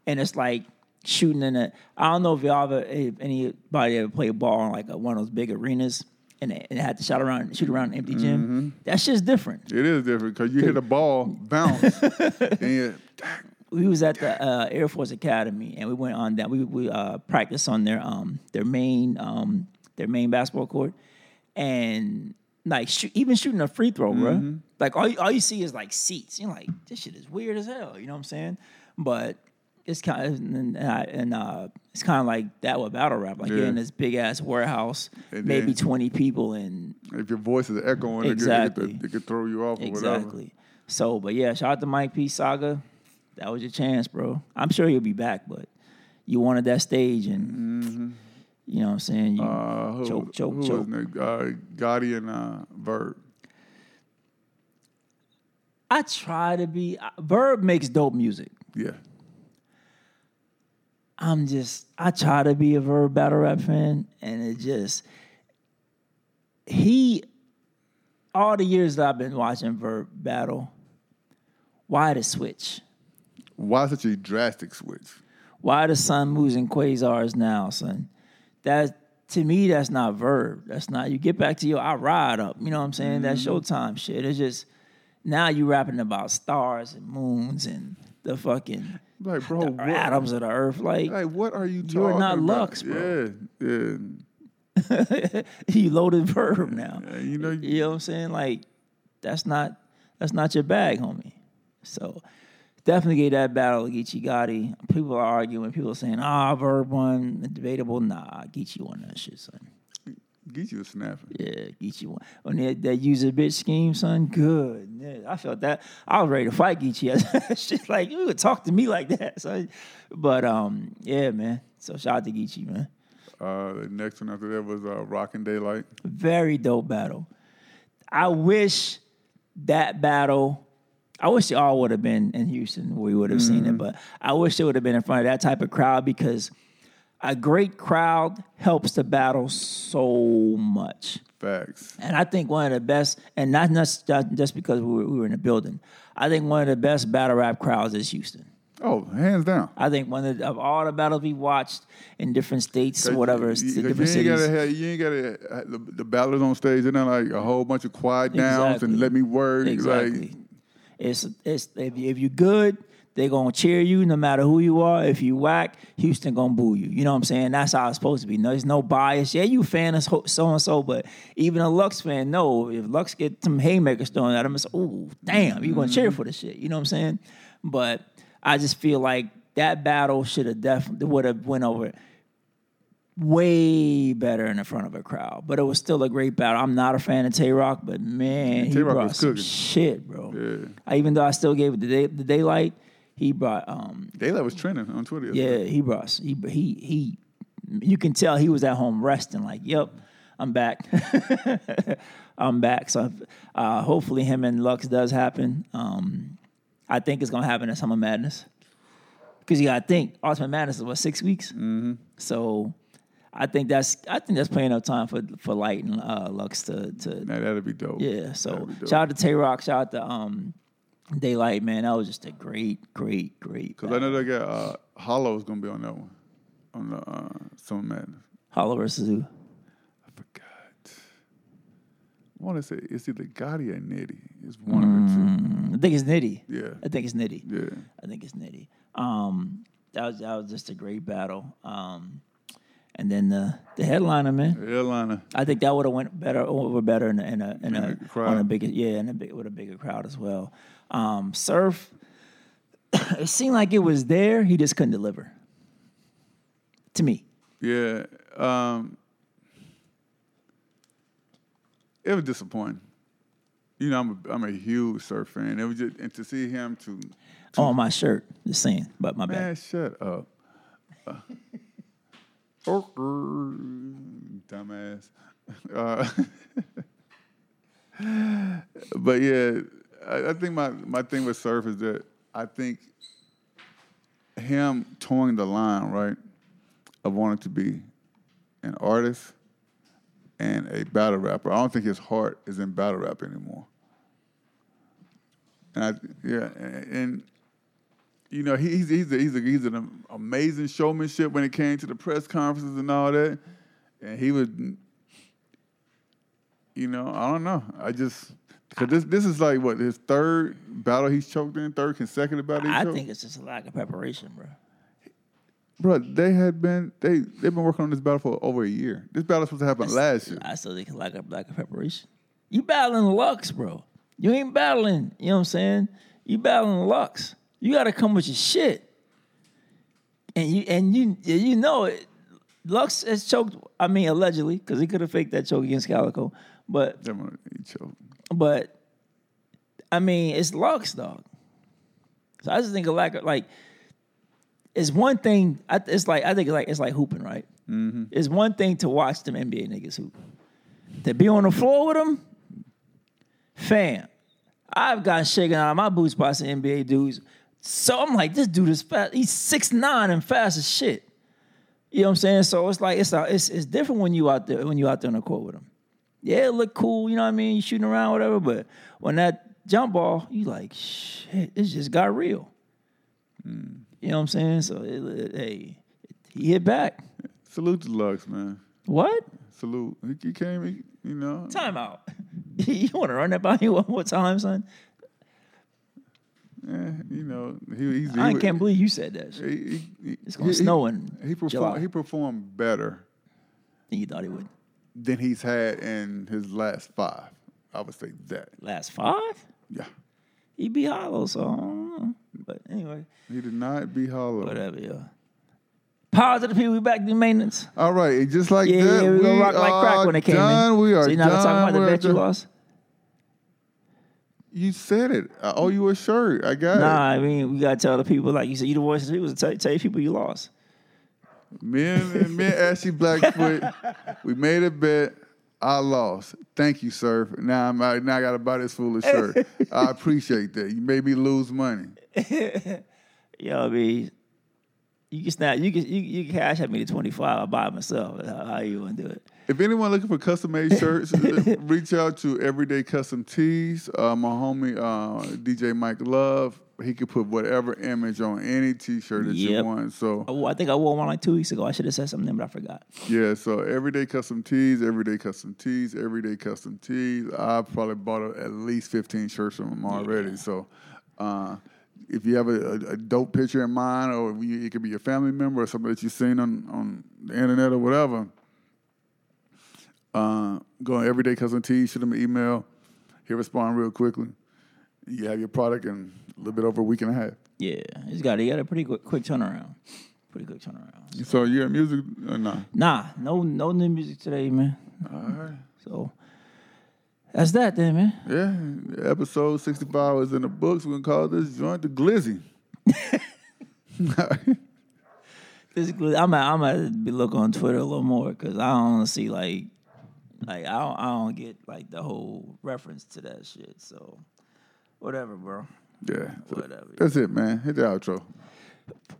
And it's like shooting in a. I don't know if y'all ever if anybody ever played ball in like a, one of those big arenas and it, and it had to shot around shoot around an empty gym. That shit's different. It is different because you hit [LAUGHS] a ball, bounce, and you, We was at the uh, Air Force Academy and we went on that. We we uh, practiced on their um their main um their main basketball court and. Like shoot, even shooting a free throw, bruh. Mm-hmm. Like all you, all you see is like seats. You're like, this shit is weird as hell. You know what I'm saying? But it's kind of and, I- and uh, it's kind of like that with battle rap. Like you're in Yeah. this big ass warehouse, And maybe then- 20 people, and if your voice is echoing, it, Exactly. could, it, could, it could throw you off or whatever. Exactly. So, but yeah, shout out to Mike P. Saga. That was your chance, bro. I'm sure he'll be back, but you wanted that stage, and you know what I'm saying. You Mm-hmm. Uh, who, choke, choke, who choke. Was next? Uh, Gotti and uh, Verb. I try to be. I- Verb makes dope music. Yeah. I'm just. I try to be a Verb battle rap fan, and it just he. All the years that I've been watching Verb battle, why the switch? Why such a drastic switch? Why the sun moves in quasars now, son? That to me, that's not verb. That's not you get back to your I ride up. You know what I'm saying? That Mm-hmm. showtime shit. It's just now you rapping about stars and moons and the fucking Like, bro, what? atoms of the earth. Like, what are you you're talking not about? Lux, bro. Yeah, yeah. [LAUGHS] you loaded verb now. you know, you know what I'm saying? Like, that's not that's not your bag, homie. So definitely get that battle to Geechee Gotti. People are arguing. People are saying, ah, verb one debatable. Nah, Geechee won that shit, son. Geechee was snapping. Yeah, Geechee won. uh, On that, that user bitch scheme, son. Good. I felt that. I was ready to fight [LAUGHS] Geechee. She's like, you would talk to me like that, son. But um, yeah, man. So shout out to Geechee, man. Uh, the next one after that was uh, Rockin' Daylight. Very dope battle. I wish that battle. I wish they all would have been in Houston. We would have seen it, but I wish it would have been in front of that type of crowd because a great crowd helps the battle so much. Facts. And I think one of the best, and not just, not just because we were, we were in the building, I think one of the best battle rap crowds is Houston. Oh, hands down. I think one of, the, of all the battles we watched in different states, or whatever, You, you different ain't cities. gotta have, you ain't gotta uh, the, the ballers on stage. They're not like a whole bunch of quiet downs and Exactly. let me work. Exactly. Like, It's it's if, you- if you're good, they're gonna cheer you no matter who you are. If you whack, Houston gonna boo you. You know what I'm saying? That's how it's supposed to be. No, there's no bias. Yeah, you fan of so and so, but even a Lux fan, no. If Lux get some haymakers thrown at him, it's ooh, damn, you gonna Mm-hmm. cheer for the shit. You know what I'm saying? But I just feel like that battle should have definitely would have went over way better in the front of a crowd. But it was still a great battle. I'm not a fan of Tay Rock, but man, he Tay-Rock brought was some cooking. shit, bro. I, even though I still gave it the, day, the daylight, he brought um Daylight was trending on Twitter. yeah he brought he he he. You can tell he was at home resting. Like, yep, I'm back. [LAUGHS] I'm back. So uh, hopefully him and Lux does happen. Um, I think it's gonna happen at Summer Madness because you gotta think Ultimate Madness is what six weeks. Mm-hmm. So I think that's I think that's plenty enough time for for Light and uh, Lux to to Now, that'd be dope. yeah. So That'd be dope. shout out to Tay Rock. Shout out to um, Daylight. Man, that was just a great, great, great. Because I know they got uh, Hollow is gonna be on that one, on the uh, Summer Madness. Hollow versus who? I want to say it's either Gotti or Nitty. It's one of I think it's Nitty. the two. Yeah, I think it's Nitty. yeah. I think it's Nitty. Um, that was that was just a great battle. Um, and then the the headliner, man. Airliner. I think that would have went better over better in a in a, in a, crowd. on a bigger yeah in a big, with a bigger crowd as well. Um, surf, [COUGHS] it seemed like it was there. He just couldn't deliver. To me, Yeah. Um, it was disappointing. You know, I'm a, I'm a huge surf fan. It was just, and to see him to on my shirt, just saying. But my bad. man, shut up, uh, awkward, dumbass. Uh, [LAUGHS] but yeah, I, I think my my thing with surf is that I think him towing the line right of wanting to be an artist and a battle rapper. I don't think his heart is in battle rap anymore. And I, yeah, and, and you know he- he's he's a, he's a, he's an amazing showmanship when it came to the press conferences and all that, and he was, you know, I don't know. I just because this this is like what his third battle he's choked in, third consecutive battle. He's I choked. think it's just a lack of preparation, bro. Bro, they had been they they've been working on this battle for over a year. This battle was supposed to happen last year. I still think it's lack of lack of preparation. You battling Lux, bro. You ain't battling. You know what I'm saying? You battling Lux. You got to come with your shit. And you and you you know it. Lux has choked. I mean, allegedly, because he could have faked that choke against Calico, but That one, he choked. but I mean, it's Lux, dog. So I just think a lack of like it's one thing. I, it's like I think it's like it's like hooping, right? It's one thing to watch them NBA niggas hoop. To be on the floor with them, fam. I've gotten shaken out of my boots by some NBA dudes. So I'm like, this dude is fast. He's six nine and fast as shit. You know what I'm saying? So it's like it's a, it's it's different when you out there when you out there on the court with them yeah, it looked cool, you know what I mean? You shooting around, whatever, but when that jump ball, you like, shit, this just got real. Mm. You know what I'm saying? So, it, it- hey, he hit back. Salute to Lux, man. What? Salute. He- He came, he, you know. [LAUGHS] Timeout. you want to run that by me one more time, son? eh, you know, he, he's, he I wa- can't believe you said that. Shit. it's gonna he- he- snow in he performed. July. He performed better than you thought he would. Than he's had in his last five. I would say that last five. Yeah, he be hollow, so I don't know. But anyway, he did not be hollow. Whatever, yeah. Positive people, we back to maintenance. All right, and just like yeah, that, yeah, we gonna rock like crack are when it came done. in. We are so you're not gonna done. talk about We the are bet you done. lost? You said it. I owe you a shirt. I got Nah, it. I mean we gotta tell the people like you said you the voice of the people. Tell, tell your people you lost. Me and, me and Ashley Blackfoot, we made a bet. I lost. Thank you, sir. Now I'm out. Now I got to buy this foolish shirt. I appreciate that. You made me lose money. Yo, I mean, you can snap, you can you, you can cash at me to twenty five. I buy it myself. How, how you gonna do it? If anyone looking for custom made shirts, reach out to Everyday Custom Tees. Uh, my homie uh, DJ Mike Love. He could put whatever image on any T-shirt that you Yep. want. So Oh, I think I wore one like two weeks ago. I should have said something, but I forgot. Yeah, so everyday custom tees, everyday custom tees, everyday custom tees. I probably bought at least fifteen shirts from them already. So, uh, if you have a, a, a dope picture in mind, or you, it could be your family member or somebody that you've seen on on the internet or whatever, uh, go on everyday custom tees, shoot them an email. He'll respond real quickly. You have your product in a little bit over a week and a half. Yeah, he's got he got a pretty quick, quick turnaround. Pretty quick turnaround. So you're at music or not? Nah, no no new music today, man. All right. So that's that then, man. Yeah, episode 65 is in the books. We're going to call this joint the [LAUGHS] Glizzy. This gl- I'm i I'm gonna be look on Twitter a little more because I don't see like like I don't, I don't get like the whole reference to that shit. So whatever, bro. Yeah. so Whatever. That's it, man. Hit the outro.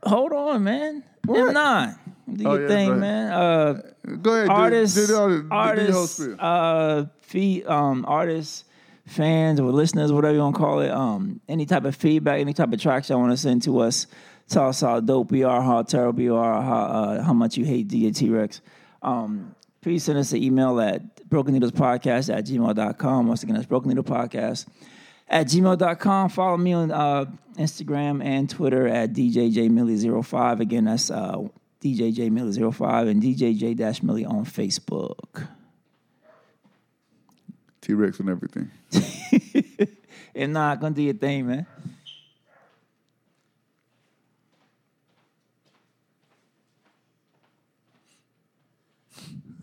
Hold on, man. M9. Do Oh, your yeah, thing, go ahead. man. Uh, Go ahead. do- Artists, do, the- do the whole artists, spiel. uh, fee, um, artists, fans, or listeners, whatever you want to call it. Um, any type of feedback, any type of tracks y'all want to send to us. Tell us how dope we are, how terrible you are, how, uh, how much you hate D and T Rex. Um, please send us an email at broken needles podcast at gmail.com. Once again, that's broken needle podcast at gmail.com. Follow me on uh, Instagram and Twitter at DJJMilly05. Again, that's uh, DJJMilly05 and DJJ-Milly on Facebook. T Rex and everything. And nah, gonna do your thing, man.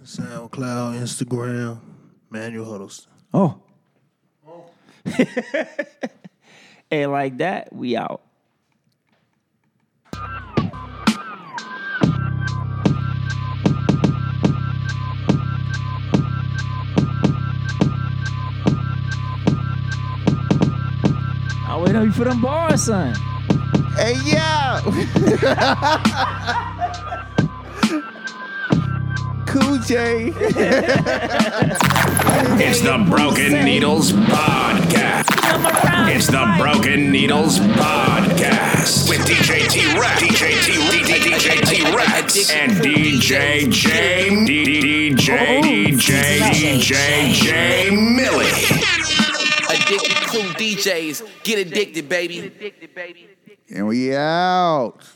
SoundCloud, Instagram, Manuel Huddleston. Oh. [LAUGHS] and like that, we out. I wait on you for them bars, son. Hey, yeah. Cool J. It's the Broken Needles Podcast. It's the Broken Needles Podcast with DJ T Rex, DJ T DJ T Rex, and DJ J DJ DJ DJ J Millie. Addicted crew DJs, get addicted, baby. And we out.